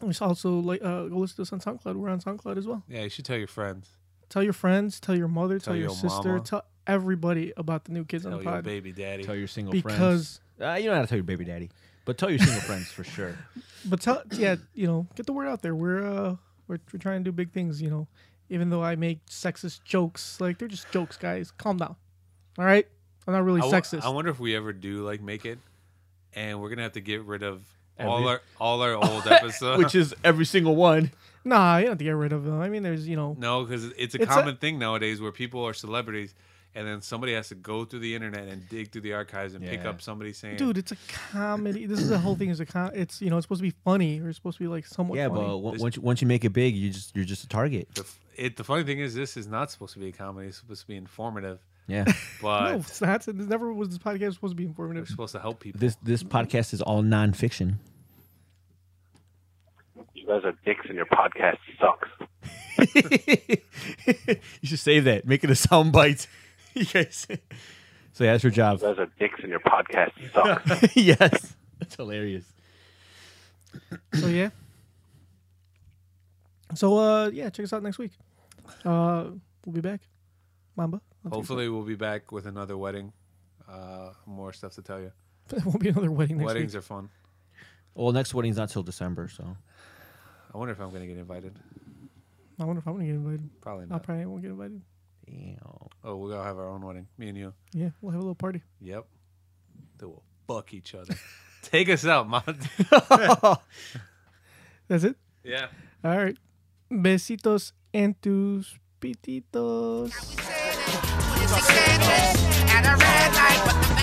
[SPEAKER 2] you should also like uh go listen to us on SoundCloud. We're on SoundCloud as well.
[SPEAKER 3] Yeah, you should tell your friends.
[SPEAKER 2] Tell your friends, tell your mother, tell,
[SPEAKER 3] Tell
[SPEAKER 2] your,
[SPEAKER 3] your
[SPEAKER 2] sister,
[SPEAKER 3] mama.
[SPEAKER 2] tell everybody about the new kids
[SPEAKER 3] Tell
[SPEAKER 2] on the
[SPEAKER 3] your
[SPEAKER 2] pod.
[SPEAKER 3] baby daddy.
[SPEAKER 4] tell your single friends.
[SPEAKER 2] Because
[SPEAKER 4] Uh, you don't have to tell your baby daddy, but tell your single friends for sure.
[SPEAKER 2] but tell yeah, you know, get the word out there. We're uh we're, we're trying to do big things, you know. Even though I make sexist jokes, like they're just jokes, guys. Calm down. All right? I'm not really
[SPEAKER 3] I wo-
[SPEAKER 2] sexist.
[SPEAKER 3] I wonder if we ever do like make it, and we're gonna have to get rid of all
[SPEAKER 4] Every-
[SPEAKER 3] our all our old episodes.
[SPEAKER 4] Which is every single one.
[SPEAKER 2] nah, you don't have to get rid of them. I mean there's you know
[SPEAKER 3] no, because it's a
[SPEAKER 2] It's a-
[SPEAKER 3] common thing nowadays where people are celebrities, and then somebody has to go through the internet and dig through the archives and pick
[SPEAKER 4] Yeah.
[SPEAKER 3] up somebody saying,
[SPEAKER 2] Dude, it's a comedy. This is the whole thing. Is a com- it's you know it's supposed to be funny. We're supposed to be like somewhat.
[SPEAKER 4] Yeah, but
[SPEAKER 2] funny.
[SPEAKER 4] w- once you, once you make it big, you just you're just a target.
[SPEAKER 3] The, f- it, the funny thing is, this is not supposed to be a comedy. It's supposed to be informative,
[SPEAKER 4] Yeah.
[SPEAKER 3] but
[SPEAKER 2] No, it's not. It never was this podcast supposed to be
[SPEAKER 3] we're
[SPEAKER 2] informative.
[SPEAKER 3] supposed to help people.
[SPEAKER 4] this this podcast is all nonfiction.
[SPEAKER 5] You guys are dicks and your podcast sucks.
[SPEAKER 4] you should save that. Make it a sound bite. you guys. So yeah, that's your job.
[SPEAKER 5] You guys are dicks and your podcast sucks.
[SPEAKER 4] yes. That's hilarious.
[SPEAKER 2] So yeah. So uh yeah, check us out next week. Uh we'll be back. Mamba.
[SPEAKER 3] Hopefully, we'll be back with another wedding. Uh, more stuff to tell you.
[SPEAKER 2] It won't be another wedding next
[SPEAKER 3] Weddings
[SPEAKER 2] week.
[SPEAKER 3] are fun.
[SPEAKER 4] Well, next wedding's not till December, so
[SPEAKER 3] I wonder if I'm gonna get invited.
[SPEAKER 2] I wonder if I'm gonna get invited.
[SPEAKER 3] Probably
[SPEAKER 2] I
[SPEAKER 3] not.
[SPEAKER 2] probably won't get invited.
[SPEAKER 4] Damn.
[SPEAKER 3] Oh, we're gonna have our own wedding. Me and you.
[SPEAKER 2] Yeah, we'll have a little party.
[SPEAKER 3] Yep. They will buck each other. Take us out, Mont.
[SPEAKER 2] That's it.
[SPEAKER 3] yeah.
[SPEAKER 2] All right. Besitos en tus pititos.
[SPEAKER 11] At a red light, but the